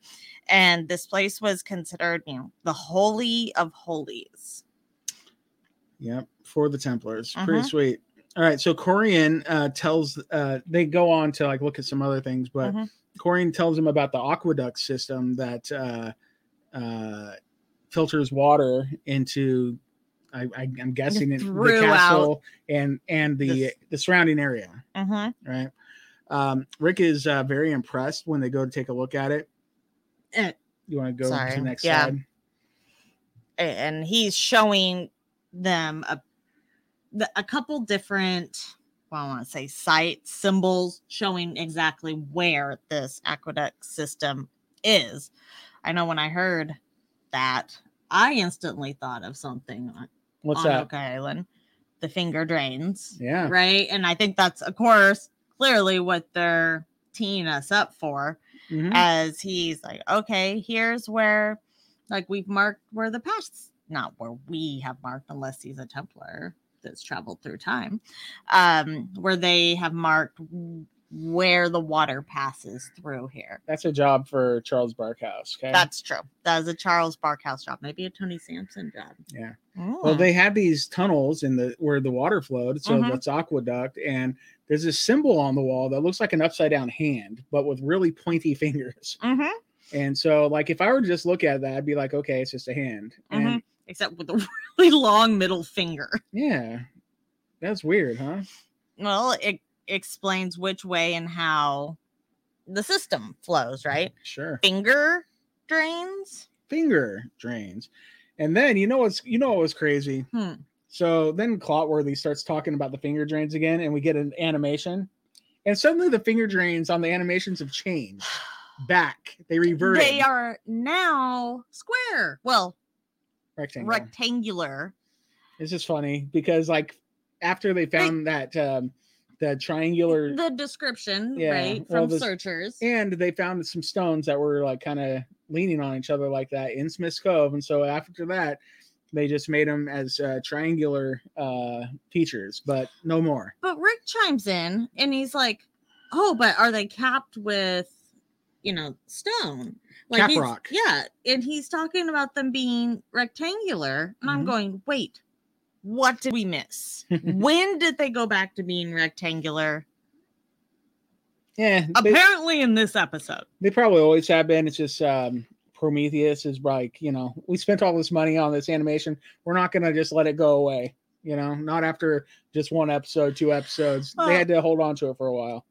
B: And this place was considered, you know, the holy of holies.
C: Yep, for the Templars.
B: Mhm.
C: Pretty sweet. All right, so Corian uh, tells uh, they go on to like look at some other things, but
B: Mhm.
C: Corian tells him about the aqueduct system that uh, uh, filters water into. I, I, I'm guessing it, the
B: Throughout
C: castle and and the
B: this-
C: the surrounding area,
B: Mhm.
C: right? Um, Rick is uh, very impressed when they go to take a look at it.
B: Eh,
C: You want to go
B: sorry,
C: to the next
B: yeah.
C: slide?
B: A- And he's showing them a, the- a couple different, well, I want to say sites, symbols showing exactly where this aqueduct system is. I know when I heard that, I instantly thought of something on,
C: What's
B: on
C: that?
B: Oak Island the finger drains.
C: Yeah,
B: Oh, right? And I think that's, of course, clearly what they're teeing us up for.
C: Mhm.
B: As he's like, okay, here's where, like, we've marked where the past, not where we have marked, unless he's a Templar that's traveled through time, um, where they have marked w- where the water passes through here.
C: that's a job for Charles Barkhouse. Okay,
B: That's true. That is a Charles Barkhouse job, Mm. maybe a Tony Sampson job.
C: Yeah. Well, they had these tunnels in the where the water flowed, so
B: Mhm.
C: that's aqueduct, and there's a symbol on the wall that looks like an upside down hand, but with really pointy fingers.
B: hmm
C: And so, like, if I were to just look at that, I'd be like, okay, it's just a hand. And
B: mm-hmm. except with a really long middle finger.
C: yeah, that's weird, huh?
B: Well, it explains which way and how the system flows, right?
C: Sure.
B: Finger drains.
C: Finger drains, and then you know what's you know what was crazy.
B: Hmm.
C: So then Clotworthy starts talking about the finger drains again, and we get an animation. And suddenly the finger drains on the animations have changed back. They reverted.
B: They are now square. Well,
C: rectangle.
B: rectangular.
C: It's just funny because like after they found that um the triangular
B: The description,
C: Yeah,
B: right,
C: well,
B: from
C: this-
B: searchers.
C: and they found some stones that were like kind of leaning on each other like that in Smith's Cove, and so after that they just made them as uh, triangular uh features, but no more.
B: But Rick chimes in and he's like, "Oh, but are they capped with, you know, stone? Like
C: Cap
B: he's-
C: rock.
B: Yeah." And he's talking about them being rectangular, and I'm
C: Mhm.
B: going, "Wait, what did we miss? when did they go back to being rectangular?
C: Yeah, they,
B: Apparently, in this episode.
C: they probably always have been. It's just um Prometheus is like you know we spent all this money on this animation. We're not gonna just let it go away. You know, not after just one episode, two episodes.
B: Well-
C: they had to hold on to it for a while.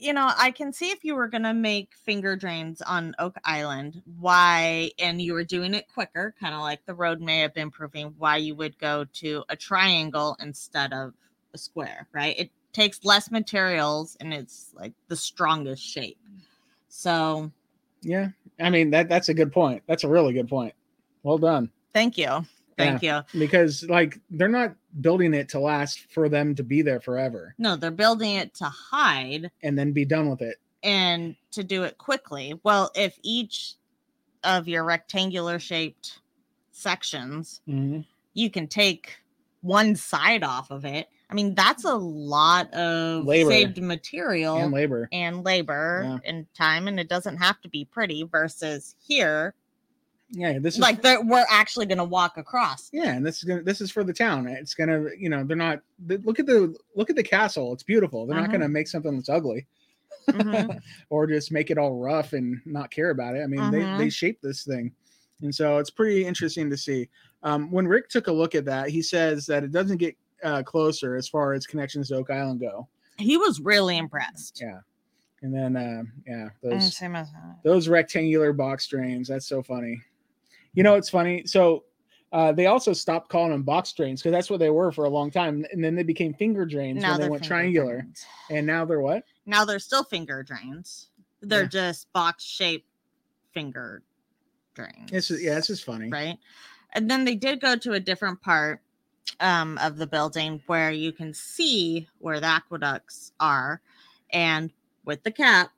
B: you know, I can see if you were gonna make finger drains on Oak Island, why, and you were doing it quicker, kind of like the road may have been proving, why you would go to a triangle instead of a square, right? It takes less materials and it's like the strongest shape. So
C: Yeah, I mean that that's a good point. That's a really good point. Well done,
B: thank you, thank you.
C: because like they're not building it to last for them to be there forever
B: No, they're building it to hide
C: and then be done with it.
B: and to do it quickly. Well, if each of your rectangular shaped sections you can take one side off of it. I mean, that's a lot of
C: Labor.
B: saved material
C: And
B: and,
C: labor.
B: labor and time, and it doesn't have to be pretty versus here.
C: Yeah, this is
B: Like, that we're actually going to walk across.
C: yeah, and this is gonna this is for the town. It's gonna you know they're not th- look at the look at the castle. It's beautiful. They're not
B: Uh-huh.
C: gonna make something that's ugly
B: Mhm.
C: or just make it all rough and not care about it. I mean
B: Uh-huh.
C: they they shape this thing, and so it's pretty interesting to see. Um, when Rick took a look at that, he says that it doesn't get uh, closer as far as connections to Oak Island go.
B: he was really impressed.
C: Yeah. And then uh, yeah,
B: Mm,
C: those
B: same as-
C: those rectangular box drains. That's so funny. You know, it's funny. So uh, they also stopped calling them box drains because that's what they were for a long time, and then they became finger drains
B: Now
C: when they
B: they're
C: went
B: finger
C: triangular,
B: drains.
C: and now they're what?
B: Now they're still finger drains. They're
C: Yeah.
B: just box shaped finger drains.
C: It's just, yeah, it's just funny.
B: right? And then they did go to a different part um, of the building where you can see where the aqueducts are, and with the cap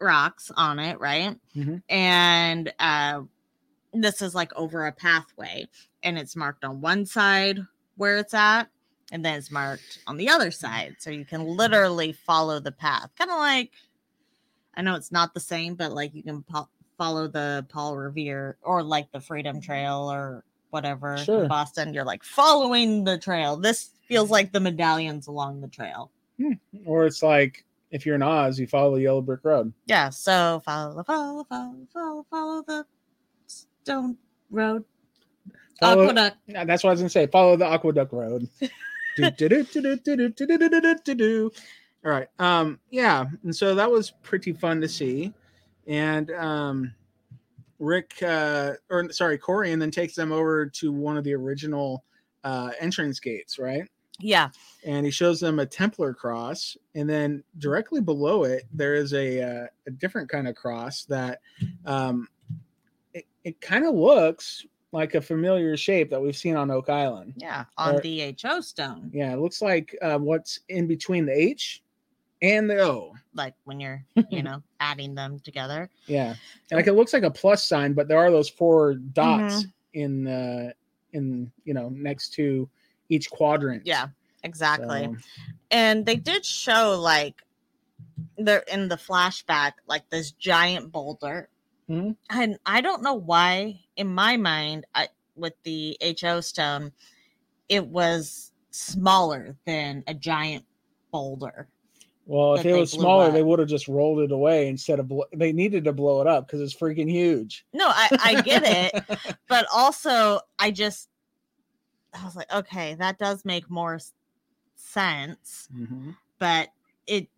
B: rocks on it, right?
C: Mhm.
B: And uh, this is like over a pathway, and it's marked on one side where it's at, and then it's marked on the other side, so you can literally follow the path, kind of like I know it's not the same, but like you can po- follow the Paul Revere or like the Freedom Trail or whatever
C: Sure.
B: in Boston. You're like following the trail. This feels like the medallions along the trail.
C: Or it's like if you're in Oz, you follow the yellow brick road.
B: Yeah. So follow, follow, follow, follow, follow the stone road.
C: Follow-
B: Aqueduct.
C: Yeah, that's what I was gonna say. Follow the aqueduct road. Do, do, do, do, do, do, do, do, do, do, do, do, do, do. All right. Um, yeah, and so that was pretty fun to see. And um Rick uh or sorry, Corey and then takes them over to one of the original uh entrance gates, right?
B: Yeah.
C: And he shows them a Templar cross, and then directly below it there is a uh, a different kind of cross that um it, it kind of looks like a familiar shape that we've seen on Oak Island.
B: Yeah. On
C: Or-
B: the HO stone.
C: Yeah, it looks like uh, what's in between the H and the O.
B: Like when you're, you know, adding them together.
C: Yeah, And, like it looks like a plus sign, but there are those four dots
B: Mm-hmm.
C: in uh, in you know next to each quadrant.
B: Yeah. Exactly.
C: So, Mm-hmm.
B: and they did show like they're in the flashback like this giant boulder
C: Mhm.
B: and i don't know why in my mind i with the ho stone it was smaller than a giant boulder.
C: Well, if
B: that
C: it
B: they
C: was
B: blew
C: smaller,
B: up.
C: they would have just rolled it away instead of blo- they needed to blow it up because it's freaking huge.
B: No, I, I get it. but also, I just, I was like, okay, that does make more s- sense.
C: Mm-hmm.
E: Mhm.
B: But it,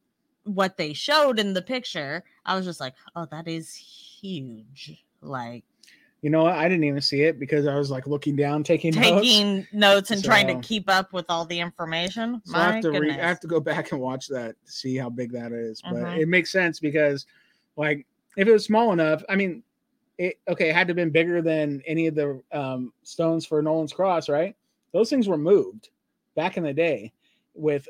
B: what they showed in the picture, I was just like, oh, that is huge. Like
C: You know what? I didn't even see it because I was like looking down, taking, notes.
B: taking notes and trying
C: So-
B: to keep up with all the information.
C: So I
B: My
C: have to re-
B: goodness.
C: I have to go back and watch that to see how big that is. But
B: Mhm.
C: it makes sense because, like, if it was small enough, I mean, it okay, it had to have been bigger than any of the um, stones for Nolan's cross, right? Those things were moved back in the day with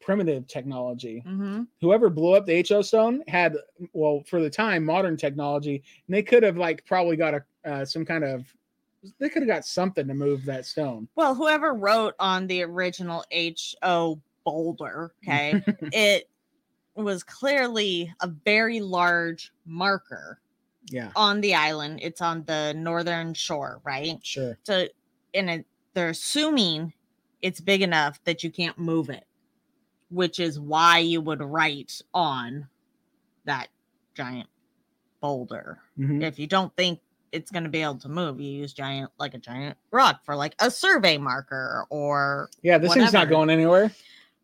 C: primitive technology.
B: hmm
C: whoever blew up the HO stone had, well, for the time, modern technology, and they could have like probably got a uh, some kind of, they could have got something to move that stone.
B: Well, whoever wrote on the original HO boulder, okay, it was clearly a very large marker
C: Yeah,
B: on the island. It's on the northern shore, right?
C: sure.
B: So, and it, they're assuming it's big enough that you can't move it, which is why you would write on that giant boulder.
C: Mhm.
B: If you don't think it's going to be able to move, you use giant, like a giant rock for like a survey marker or
C: Yeah, this thing's not
B: whatever.
C: going anywhere.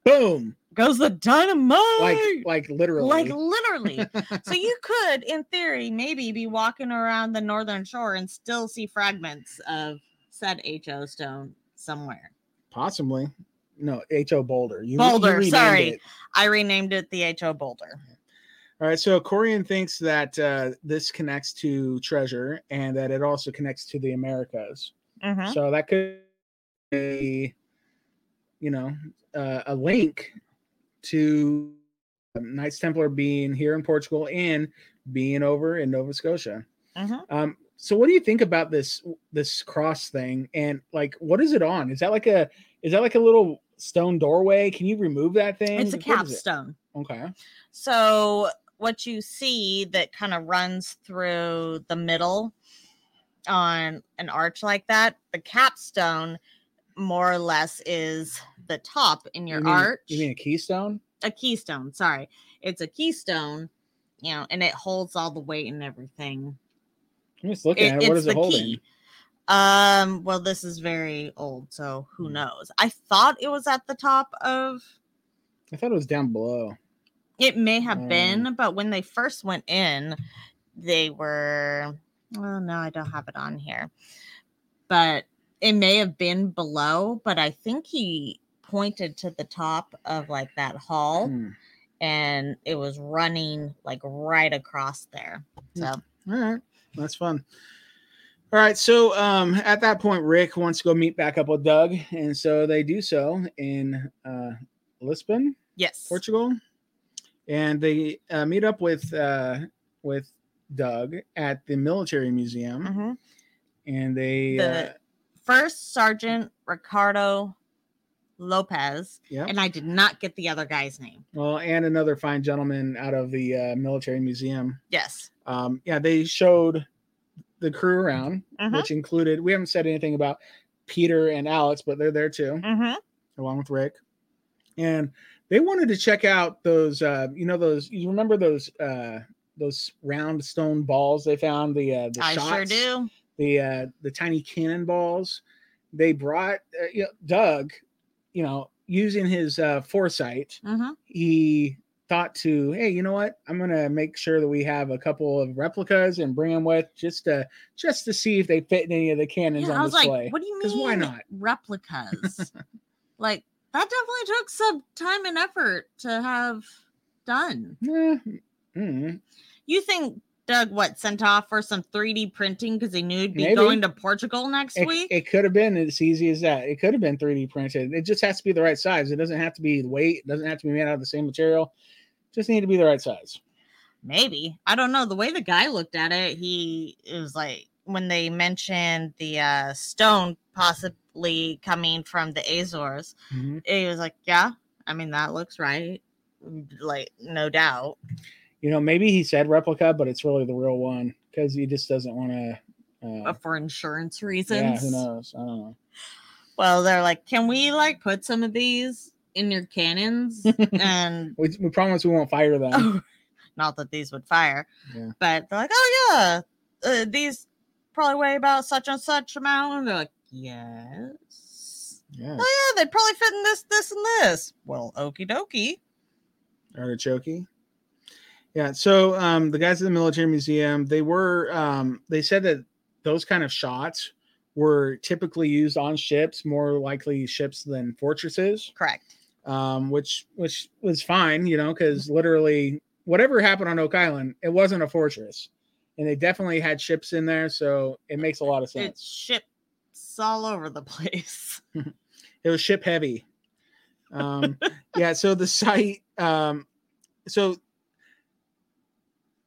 C: Boom!
B: goes the dynamite.
C: Like, like literally.
B: Like literally. so you could, in theory, maybe be walking around the northern shore and still see fragments of said HO stone somewhere.
C: possibly. No, HO Boulder. You, you
B: Boulder,
C: renamed
B: sorry.
C: it.
B: I renamed it the HO boulder.
C: All right, so Corian thinks that uh, this connects to treasure and that it also connects to the Americas.
B: Mhm.
C: So that could be, you know, uh, a link to um, Knights Templar being here in Portugal and being over in Nova Scotia.
B: Mhm.
C: Um, so what do you think about this this cross thing and like what is it on? Is that like a is that like a little stone doorway? Can you remove that thing?
B: It's a
C: What is it?
B: capstone.
C: Okay.
B: So what you see that kind of runs through the middle on an arch like that, the capstone more or less is the top in your
C: you mean,
B: arch.
C: You mean a keystone?
B: a keystone. Sorry, it's a keystone. You know, and it holds all the weight and everything.
C: I'm just looking
B: It-
C: at it. What is
B: it's
C: it
B: the
C: holding?
B: key. Um. Well, this is very old, so who
C: Hmm.
B: knows? I thought it was at the top of.
C: I thought it was down below.
B: It may have
C: Hmm.
B: been, but when they first went in, they were. Oh no, I don't have it on here, but it may have been below. But I think he pointed to the top of like that hall.
C: Hmm.
B: and it was running like right across there.
C: Hmm.
B: So
C: All right, that's fun. All right, so um, at that point, Rick wants to go meet back up with Doug, and so they do so in uh, Lisbon,
B: yes,
C: Portugal, and they uh, meet up with uh, with Doug at the military museum,
B: Mhm.
C: and they
B: The-
C: uh,
B: first Sergeant Ricardo Lopez,
C: yeah,
B: and I did not get the other guy's name.
C: well, and another fine gentleman out of the uh, military museum.
B: Yes,
C: Um, yeah, they showed the crew around,
B: Mhm.
C: which included we haven't said anything about Peter and Alex, but they're there too.
B: hmm
C: along with Rick. And they wanted to check out those uh you know those you remember those uh those round stone balls they found the uh the
B: I
C: shots,
B: sure do.
C: the uh the tiny cannon balls they brought uh, you know, Doug you know using his uh foresight
B: hmm
C: he thought to hey you know what I'm going to make sure that we have a couple of replicas and bring them with just to just to see if they fit in any of the cannons
B: Yeah,
C: on
B: I was
C: display
B: like, what do you
C: 'Cause
B: mean?
C: why not?
B: replicas? like that definitely took some time and effort to have done.
C: Eh, mm,
B: You think? Doug, what sent off for some 3D printing because he knew he'd be
C: Maybe.
B: going to Portugal next
C: It,
B: week?
C: it could have been as easy as that. It could have been 3D printed. It just has to be the right size. It doesn't have to be the weight. It doesn't have to be made out of the same material. Just need to be the right size.
B: Maybe. I don't know. The way the guy looked at it, he it was like when they mentioned the uh stone possibly coming from the Azores, he was like, Yeah, I mean that looks right. Like, no doubt.
C: You know, maybe he said replica, but it's really the real one because he just doesn't want to. Uh,
B: But for insurance
C: yeah,
B: reasons.
C: who knows? I don't know.
B: Well, they're like, can we like put some of these in your cannons? and
C: We, we promise we won't fire them.
B: Oh. not that these would fire,
C: Oh, Yeah.
B: but they're like, oh yeah, uh, these probably weigh about such and such amount. And they're like, yes.
C: Yeah.
B: Oh yeah, they probably fit in this, this, and this. Well, okie dokie.
C: Artichoke. Yeah. So um, the guys at the military museum, they were um, they said that those kind of shots were typically used on ships, more likely ships than fortresses,
B: Correct.
C: um, which which was fine, you know, because literally whatever happened on Oak Island, it wasn't a fortress, and they definitely had ships in there, so it makes a lot of sense.
B: It's ships all over the place.
C: it was ship heavy um yeah so the site um so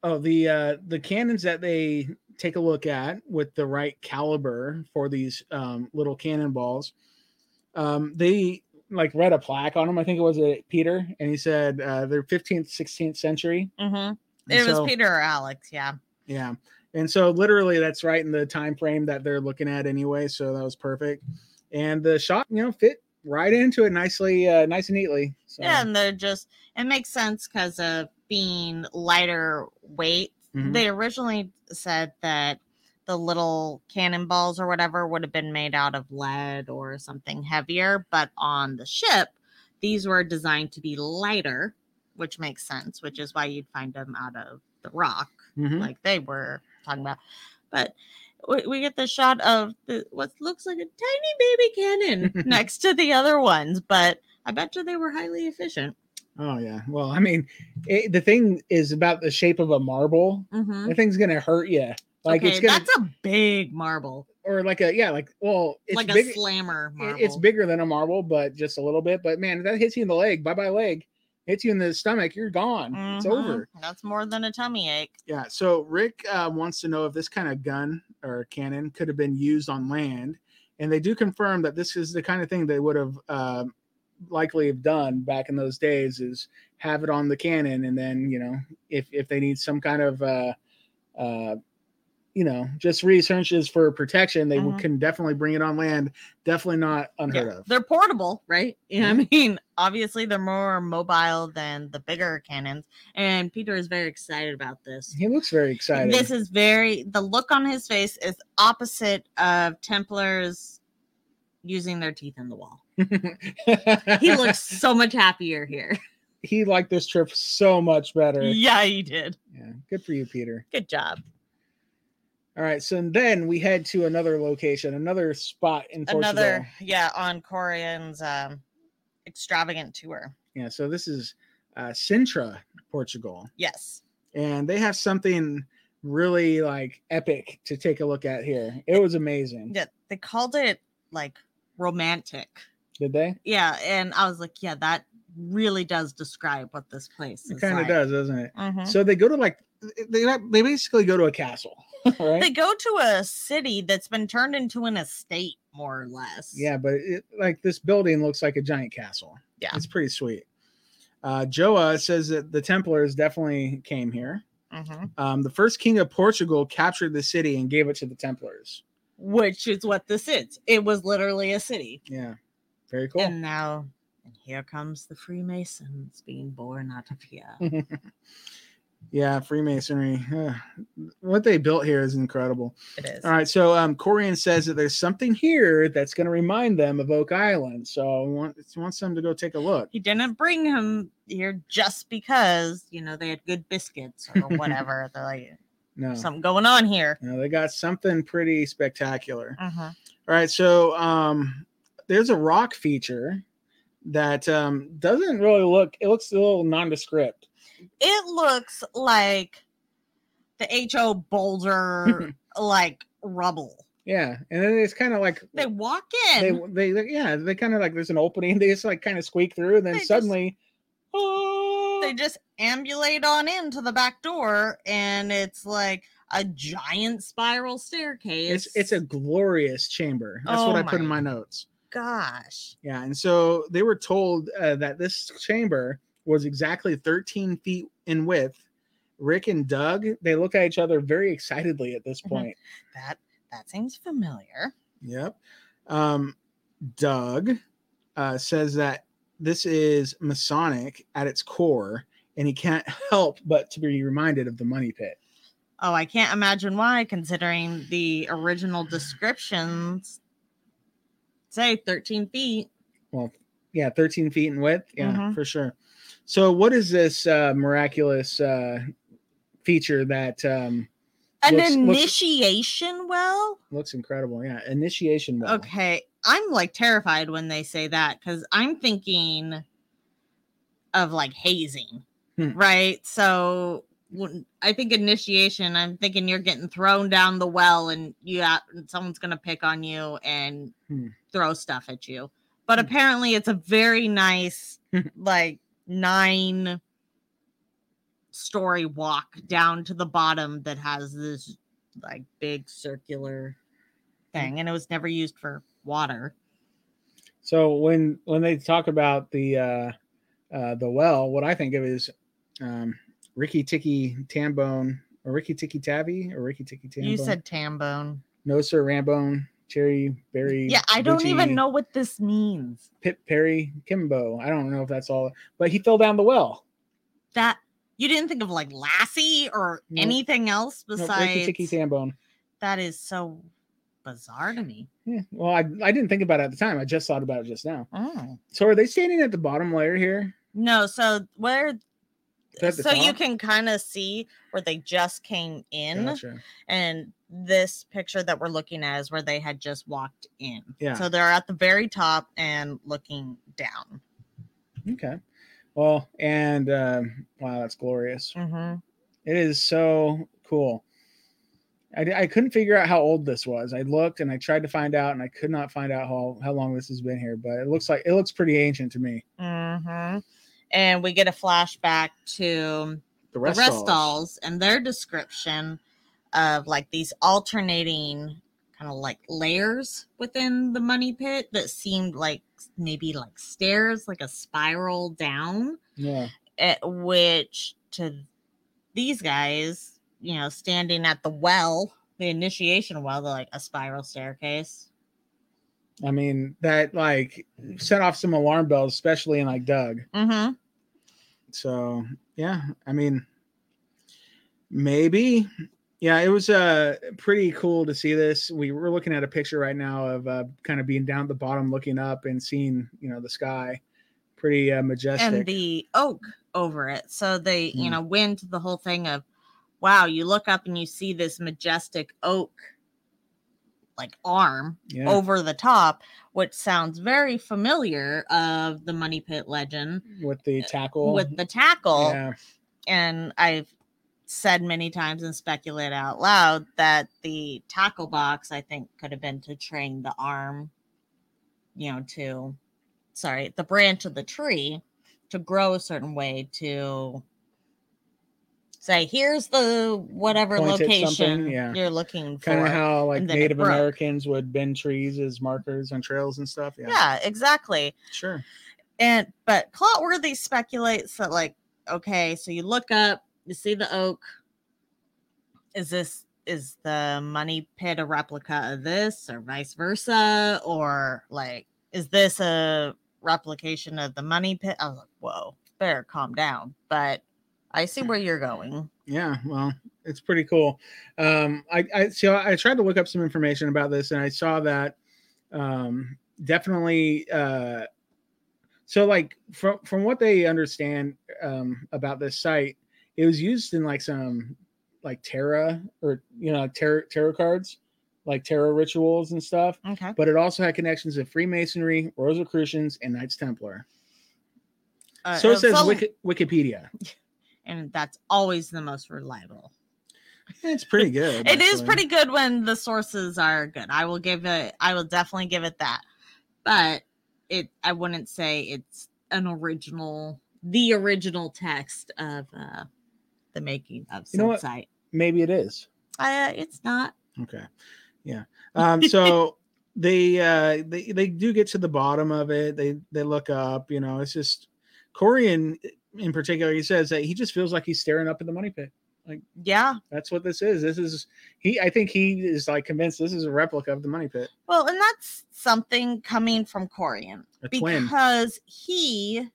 C: oh the uh the cannons that they take a look at with the right caliber for these um little cannonballs um they like read a plaque on them i think it was a peter and he said uh they're 15th 16th century
B: hmm
C: Mm-hmm. And
B: It
C: so-
B: was Peter or Alex, yeah.
C: yeah. And so literally that's right in the time frame that they're looking at anyway, so that was perfect. And the shot, you know, fit right into it nicely, uh, nice and neatly. So
B: Yeah, and they're just it makes sense because of being lighter weight.
C: Mhm.
B: They originally said that the little cannonballs or whatever would have been made out of lead or something heavier, but on the ship, these were designed to be lighter, which makes sense, which is why you'd find them out of the rock
C: Mhm.
B: like they were talking about. But we, we get the shot of the, what looks like a tiny baby cannon next to the other ones, but I bet you they were highly efficient.
C: Oh yeah. Well, I mean, it, the thing is about the shape of a marble.
B: Mhm.
C: The thing's gonna hurt you, like
B: okay,
C: it's gonna,
B: that's a big marble,
C: or like a yeah, like well, it's
B: like
C: big,
B: a slammer
C: it-
B: marble.
C: it's bigger than a marble, but just a little bit. But man, if that hits you in the leg, bye bye leg. Hits you in the stomach, you're gone. It's
B: Mhm.
C: over.
B: That's more than a tummy ache.
C: Yeah. So Rick uh, wants to know if this kind of gun or cannon could have been used on land, and they do confirm that this is the kind of thing they would have um likely have done back in those days is have it on the cannon, and then you know if if they need some kind of uh, uh, you know just researches for protection, they would
B: Mhm.
C: can definitely bring it on land. Definitely not unheard
B: Yeah,
C: of. Mm-hmm.
B: They're portable, right? Yeah, I mean, obviously they're more mobile than the bigger cannons. And Peter is very excited about this.
C: He looks very excited.
B: This is very the look on his face is opposite of Templars using their teeth in the wall. He looks so much happier here.
C: he liked this trip so much better.
B: yeah, he did.
C: Yeah. Good for you, Peter.
B: Good job.
C: All right, so then we head to another location, another spot in Portugal.
B: Another yeah on Corian's um, extravagant tour.
C: Yeah, so this is uh, Sintra, Portugal,
B: Yes,
C: and they have something really like epic to take a look at here. It was amazing.
B: yeah, they called it like romantic.
C: Did they?
B: Yeah, and I was like, yeah, that really does describe what this place
C: It
B: is.
C: kind of
B: like.
C: does, doesn't it?
B: Mhm.
C: So they go to like they they basically go to a castle, right?
B: They go to a city that's been turned into an estate, more or less.
C: Yeah, but it, like this building looks like a giant castle.
B: Yeah.
C: it's pretty sweet. Uh, Joa says that the Templars definitely came here.
B: Mhm.
C: um, the first king of Portugal captured the city and gave it to the Templars.
B: which is what this is. It was literally a city.
C: Yeah, very cool.
B: And now, and here comes the Freemasons being born out of here.
C: Mm. yeah, Freemasonry. Ugh. What they built here is incredible.
B: It is.
C: All right, so um, Corian says that there's something here that's going to remind them of Oak Island. So we want we wants them to go take a look.
B: He didn't bring him here just because, you know, they had good biscuits or whatever. They're like,
C: No,
B: something going on here.
C: no, they got something pretty spectacular.
B: Uh-huh.
C: All right, so um, there's a rock feature that um, doesn't really look. It looks a little nondescript.
B: It looks like the HO boulder, like rubble.
C: Yeah, and then it's kind of like
B: They walk in.
C: they, they they- yeah they kind of like there's an opening they just like kind of squeak through and then
B: They just-
C: suddenly oh,
B: they just ambulate on into the back door and it's like a giant spiral staircase
C: it's it's a glorious chamber that's what
B: Oh
C: i put in my
B: my.
C: notes
B: gosh
C: yeah and so they were told uh, that this chamber was exactly 13 feet in width rick and doug they look at each other very
B: Mm-hmm.
C: excitedly at this
B: Mhm.
C: point
B: that that seems familiar
C: yep um Doug uh, says that this is Masonic at its core, and he can't help but to be reminded of the money pit.
B: Oh, I can't imagine why, considering the original descriptions say 13 feet.
C: Yeah, 13 feet in width. Yeah,
B: Mhm.
C: for sure. So, what is this uh, miraculous uh, feature that um,
B: An
C: Looks- looks-
B: initiation well?
C: looks incredible? Yeah, initiation. Well.
B: Okay. I'm like terrified when they say that because I'm thinking of like hazing,
C: Hmm.
B: right? So when- I think initiation, I'm thinking you're getting thrown down the well and you ha- someone's going to pick on you and
C: Hmm.
B: throw stuff at you. But
C: Hmm.
B: apparently it's a very nice, like nine story walk down to the bottom that has this like big circular thing and it was never used for water.
C: So when when they talk about the uh, uh, the well, what I think of is um, Ricky Ticky Tambone or Ricky Ticky Tavi or Ricky Ticky Tambone.
B: You said tambone.
C: no, sir, Rambone, Cherry Berry.
B: Yeah, I don't
C: Gucci,
B: even know what this means.
C: Pip Perry Kimbo. I don't know if that's all, but he fell down the well.
B: That you didn't think of like Lassie or
C: Nope.
B: anything else
C: No,
B: besides
C: Ricky Ticky Tambone.
B: that is so bizarre to me.
C: Yeah, well, I, I didn't think about it at the time. I just thought about it just now.
B: Oh.
C: So are they standing at the bottom layer here?
B: No, so where
C: Is that the
B: so you
C: top?
B: can kind of see where they just came in
C: Gotcha.
B: and this picture that we're looking at is where they had just walked in.
C: Yeah.
B: So they're at the very top and looking down.
C: Okay. Well, and um, wow, that's glorious.
B: Mhm.
C: It is so cool. I, di- I couldn't figure out how old this was. I looked and I tried to find out, and I could not find out how, how long this has been here. But it looks like it looks pretty ancient to me.
B: Mm-hmm. And we get a flashback to
C: The
B: the
C: rest,
B: rest dolls and their description of like these alternating kind of like layers within the money pit that seemed like maybe like stairs, like a spiral down,
C: yeah,
B: at which to these guys, you know, standing at the well, the initiation well, they're like a spiral staircase.
C: I mean that like set off some alarm bells, especially in like Doug.
B: Mm-hmm.
C: So yeah, I mean, maybe. Yeah, it was uh pretty cool to see this. We were looking at a picture right now of uh, kind of being down at the bottom, looking up and seeing you know the sky, pretty uh, majestic.
B: and the oak over it. So they, you
C: Mm.
B: know, went to the whole thing of, wow, you look up and you see this majestic oak like arm
C: yeah.
B: over the top, which sounds very familiar of the money pit legend
C: with the tackle.
B: with the tackle.
C: yeah,
B: And I've said many times and speculate out loud that the tackle box, I think, could have been to train the arm, you know, to, sorry, the branch of the tree to grow a certain way to say, here's the whatever
C: Point at something,
B: location
C: yeah.
B: you're looking for.
C: kind of how like
B: and then it
C: Native
B: broke.
C: Americans would bend trees as markers on trails and stuff. Yeah,
B: yeah, exactly.
C: sure.
B: And but Clotworthy speculates that like, okay, so you look up, you see the oak. Is this is the money pit a replica of this, or vice versa, or like is this a replication of the money pit? I was like, whoa, better calm down. But I see where you're going.
C: yeah well it's pretty cool um i i so i tried to look up some information about this and i saw that um definitely uh so like from from what they understand um about this site it was used in like some like terra or you know tarot tarot cards like tarot rituals and stuff
B: Okay.
C: but it also had connections to freemasonry rosicrucians and knights templar
B: Uh,
C: so
B: uh,
C: it says Wiki- wikipedia
B: and that's always the most reliable.
C: it's pretty good
B: It is
C: actually.
B: pretty good when the sources are good. I will give it. I will definitely give it that. But it, I wouldn't say it's an original, the original text of uh, the making of
C: You know what?
B: Sunsite.
C: maybe it is
B: Uh, it's not.
C: Okay. Yeah. Um, so they uh they, they do get to the bottom of it. They they look up, you know, it's just Corey in, in particular, he says that he just feels like he's staring up at the money pit.
B: Yeah.
C: That's what this is. This is he. I think he is like convinced this is a replica of the money pit.
B: Well, and that's something coming from Corian
C: A twin.
B: because he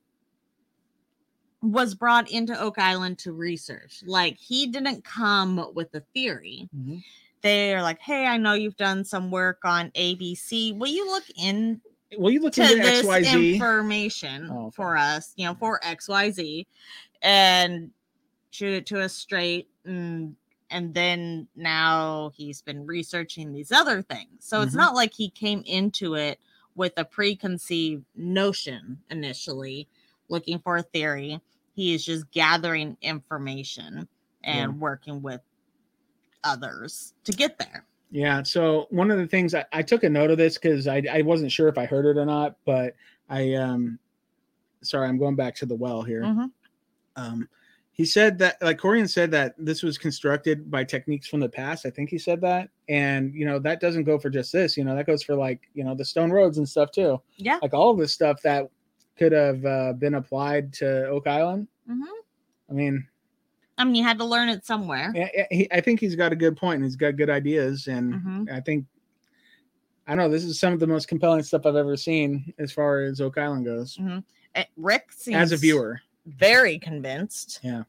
B: was brought into Oak Island to research. Like he didn't come with a theory.
C: Mhm.
B: They're like, "Hey, I know you've done some work on ABC. Will you look in
C: Will you look
B: to
C: into
B: this
C: X Y Z?
B: information
C: Oh, okay.
B: for us, you know, for XYZ and shoot it to us straight. And, and then now he's been researching these other things. So it's
C: Mhm.
B: not like he came into it with a preconceived notion initially, looking for a theory. He is just gathering information and working with others to get there.
C: Yeah. So one of the things I, I took a note of this because I, I wasn't sure if I heard it or not, but I um, sorry, I'm going back to the well here.
B: Mhm.
C: Um, he said that like Corian said that this was constructed by techniques from the past. I think he said that, and you know that doesn't go for just this. You know that goes for like you know the stone roads and stuff too.
B: Yeah.
C: Like all of this stuff that could have uh, been applied to Oak Island.
B: hmm
C: I mean,
B: I mean, you had to learn it somewhere.
C: yeah, yeah, he, I think he's got a good point and he's got good ideas. And
B: Mhm.
C: I think, I know this is some of the most compelling stuff I've ever seen as far as Oak Island goes
B: Eh, Rick seems
C: as a viewer.
B: very convinced.
C: Yeah.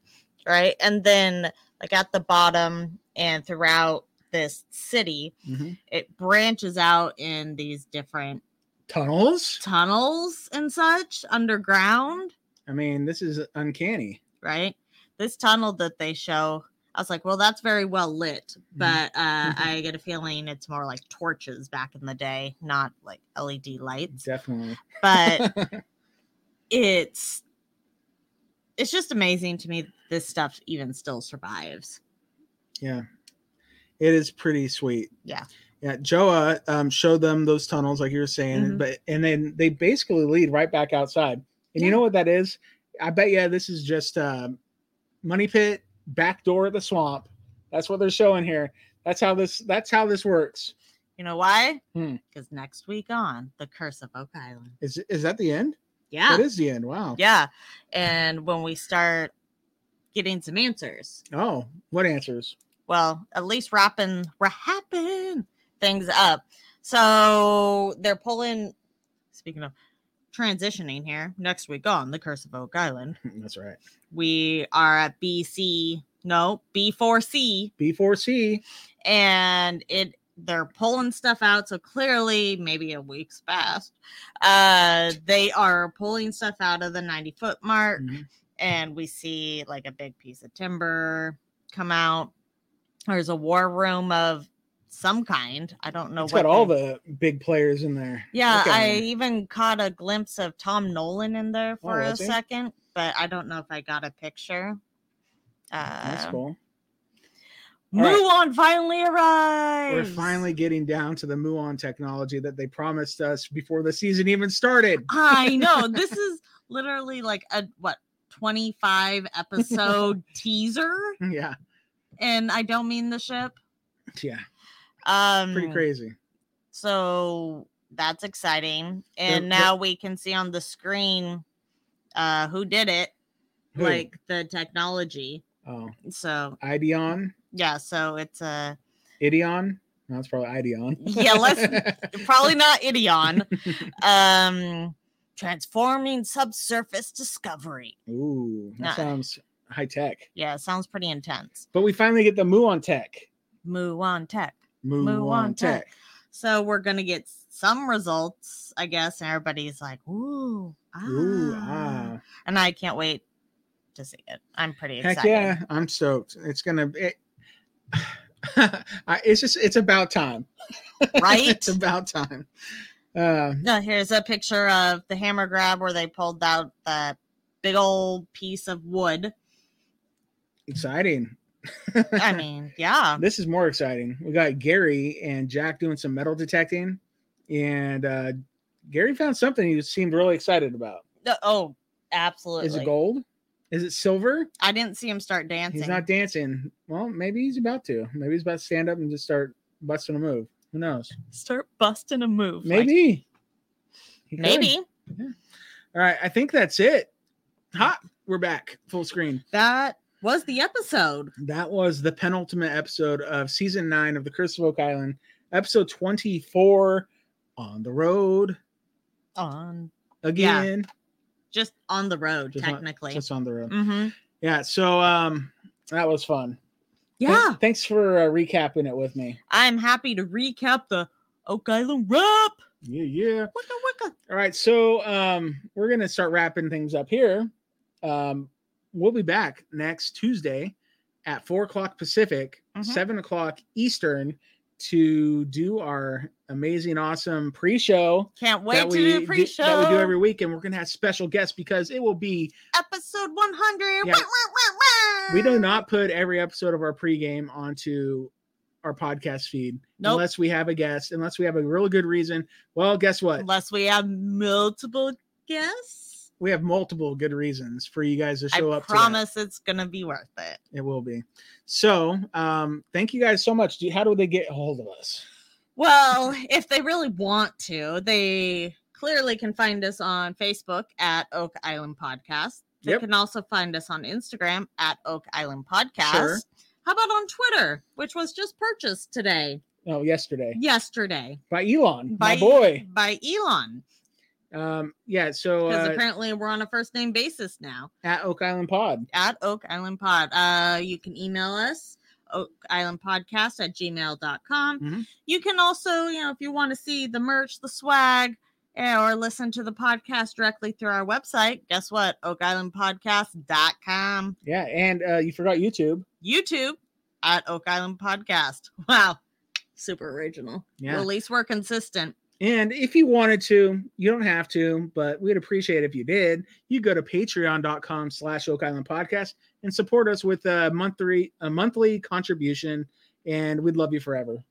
B: Right. And then, like at the bottom and throughout this city,
C: Mm-hmm.
B: it branches out in these different
C: Tunnels?
B: tunnels and such underground.
C: I mean, this is uncanny.
B: Right. This tunnel that they show, I was like, well, that's very well lit, but uh,
C: Mhm.
B: I get a feeling it's more like torches back in the day, not like LED lights.
C: Definitely.
B: But it's it's just amazing to me that this stuff even still survives.
C: yeah. It is pretty sweet.
B: Yeah.
C: Yeah. Joa um, showed them those tunnels, like you were saying,
B: Mhm.
C: but and then they basically lead right back outside. And
B: Yeah.
C: you know what that is? I bet yeah, this is just um, money pit back door of the swamp. That's what they're showing here. That's how this. That's how this works.
B: You know why?
C: Hmm.
B: Because next week on the Curse of Oak Island.
C: Is is that the end?
B: Yeah,
C: That is the end. Wow.
B: yeah, and when we start getting some answers,
C: Oh, what answers?
B: well, at least wrapping wrapping things up. So they're pulling. Speaking of transitioning here, next week on the Curse of Oak Island,
C: That's right.
B: we are at BC. No, B4C.
C: B4C.
B: and it they're pulling stuff out so clearly maybe a week's past uh they are pulling stuff out of the 90 foot mark
C: Mhm.
B: and we see like a big piece of timber come out there's a war room of some kind i don't know
C: It's
B: what
C: got all
B: they-
C: the big players in there.
B: yeah
C: Look at
B: i
C: 'em.
B: even caught a glimpse of tom nolan in there for a
C: was Oh, he?
B: second but i don't know if i got a picture
C: That's
B: uh
C: cool. All right.
B: muon finally arrives
C: We're finally getting down to the muon technology that they promised us before the season even started.
B: I know. This is literally like a what 25 episode teaser.
C: Yeah,
B: And I don't mean the ship.
C: yeah,
B: Um
C: pretty crazy.
B: so that's exciting. And
C: the-
B: now we can see on the screen uh who did it,
C: Who?
B: like the technology.
C: oh,
B: So
C: Ideon,
B: yeah, so it's uh
C: Ideon. No, it's probably Ideon.
B: Yeah, let's- probably not Idion. um transforming subsurface discovery.
C: Ooh, that
B: Nah.
C: sounds high tech.
B: Yeah, it sounds pretty intense.
C: But we finally get the muon tech.
B: Muon Tech.
C: Muon
B: Muon
C: tech.
B: tech. So we're gonna get some results, I guess, and everybody's like, "Ooh, ah.
C: Ooh, ah,
B: And I can't wait to see it. I'm pretty
C: heck
B: excited.
C: yeah! I'm stoked. It's gonna. It, I- it's just. It's about time.
B: Right?
C: it's about time. Uh,
B: No, here's a picture of the hammer grab where they pulled out that big old piece of wood.
C: exciting.
B: I mean, yeah.
C: this is more exciting. We got Gary and Jack doing some metal detecting, and uh, Gary found something he seemed really excited about.
B: No- Oh, absolutely.
C: Is it gold? Is it silver?
B: I didn't see him start dancing.
C: He's not dancing. Well, maybe he's about to. Maybe he's about to stand up and just start busting a move. Who knows?
B: start busting a move. like-
C: Maybe. He could.
B: maybe.
C: All right. I think that's it. Ha! We're back full screen.
B: That was the episode.
C: That was the penultimate episode of season nine of the Curse of Oak Island, episode 24 on the road
B: On
C: again.
B: just on the road,
C: Just on-
B: technically.
C: Just on the road.
B: hmm
C: Yeah. So um that was fun. Thank-
B: Yeah,
C: thanks for uh, recapping it with me.
B: I'm happy to recap the Oak Island rap.
C: Yeah, yeah.
B: Wicka wicka.
C: All right, so um, we're gonna start wrapping things up here. Um, we'll be back next Tuesday at four o'clock Pacific,
B: Mhm.
C: seven o'clock Eastern, to do our amazing, awesome pre-show
B: Can't wait to
C: we
B: do pre-show
C: that we do every week, and we're gonna have special guests because it will be.
B: episode 100.
C: Yeah.
B: Wah, wah, wah, wah.
C: We do not put every episode of our pregame onto our podcast feed
B: Nope.
C: unless we have a guest, unless we have a real good reason. Well, guess what?
B: unless we have multiple guests.
C: we have multiple good reasons for you guys to
B: I
C: show up. to that.
B: promise it's gonna be worth it.
C: It will be. So, um, thank you guys so much. Do, how do they get a hold of us?
B: Well, if they really want to, they clearly can find us on Facebook at Oak Island Podcast. They
C: Yep.
B: can also find us on Instagram at Oak Island Podcast.
C: Sure.
B: How about on Twitter, which was just purchased today,
C: Oh, yesterday
B: yesterday
C: by Elon, my boy.
B: by Elon,
C: Um, yeah. So
B: because
C: uh,
B: apparently we're on a first name basis now.
C: at Oak Island Pod,
B: at Oak Island Pod. Uh, you can email us Oak Island Podcast at gmail.com.
C: Mhm.
B: You can also, you know, if you want to see the merch, the swag, eh, or listen to the podcast directly through our website, guess what? OakIslandPodcast.com,
C: yeah, and uh, you forgot YouTube.
B: YouTube at Oak Island Podcast. Wow. Super original.
C: Yeah.
B: Well, at least we're consistent.
C: And if you wanted to, you don't have to, but we'd appreciate it if you did. You go to patreon.com slash Oak Island Podcast and support us with a monthly a monthly contribution, and we'd love you forever.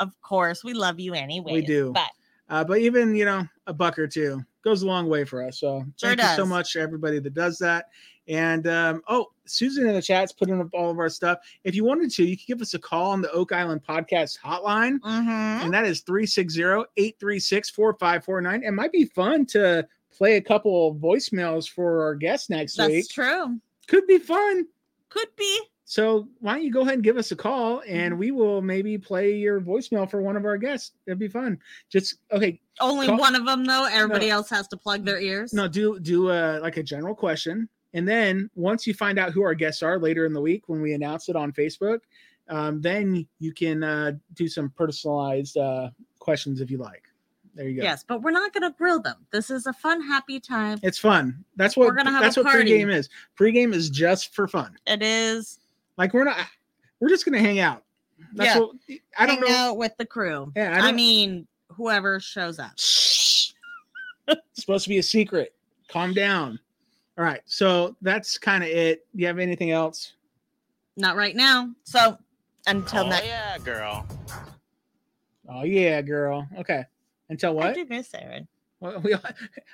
B: Of course, we love you anyway.
C: do.
B: But
C: Uh, but even you know a buck or two goes a long way for us. So
B: Sure
C: thank you so
B: does.
C: much to everybody that does that. And um, oh, Susan in the chat's putting up all of our stuff. If you wanted to, you could give us a call on the Oak Island Podcast Hotline,
B: Mhm.
C: and that is 360-836-4549. It might be fun to play a couple of voicemails for our guests next
B: that's
C: week.
B: true.
C: Could be fun.
B: Could be.
C: So why don't you go ahead and give us a call, and we will maybe play your voicemail for one of our guests. It'd be fun. Just okay.
B: Only
C: Call-
B: one of them, though. Everybody else has to plug their ears.
C: No, do do a like a general question, and then once you find out who our guests are later in the week when we announce it on Facebook, um, then you can uh, do some personalized uh, questions if you like. There you go.
B: Yes, but we're not going to grill them. This is a fun, happy time.
C: It's fun. That's what
B: We're gonna have
C: that's
B: a
C: what
B: party.
C: pregame is. Pregame is just for fun.
B: It is.
C: Like we're not. We're just gonna hang out. That's
B: yeah,
C: what I don't
B: hang
C: know.
B: out with the crew.
C: Yeah, I,
B: I,
C: don't,
B: mean, whoever shows up.
C: Shh. it's supposed to be a secret. Calm down. All right. So that's kind of it. You have anything else?
B: Not right now. So until
D: oh,
B: next.
D: yeah, girl.
C: Oh yeah, girl. Okay. Until
B: I
C: what?
B: do miss Aaron,
C: Well, we,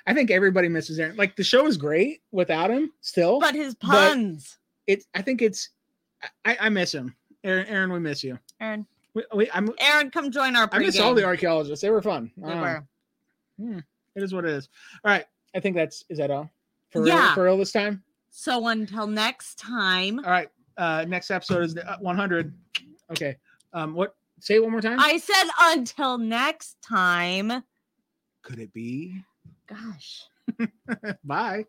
C: I think everybody misses Aaron. Like the show is great without him. Still,
B: but his
C: But-
B: puns,
C: it. I think it's. I, I miss him, Aaron. Aaron, we miss you.
B: Aaron.
C: We, we, I'm,
B: Aaron, come join our.
C: I miss
B: pregame.
C: all the uh. archaeologists. They were fun. I
B: They
C: don't know.
B: were.
C: It is what it is. All right. I think that's. Is that all? For
B: Yeah.
C: real, for real this time.
B: So until next time,
C: All right. Uh, next episode is the uh, 100. Okay. Um. What? Say it one more time.
B: I said until next time.
C: Could it be?
B: Gosh.
C: Bye.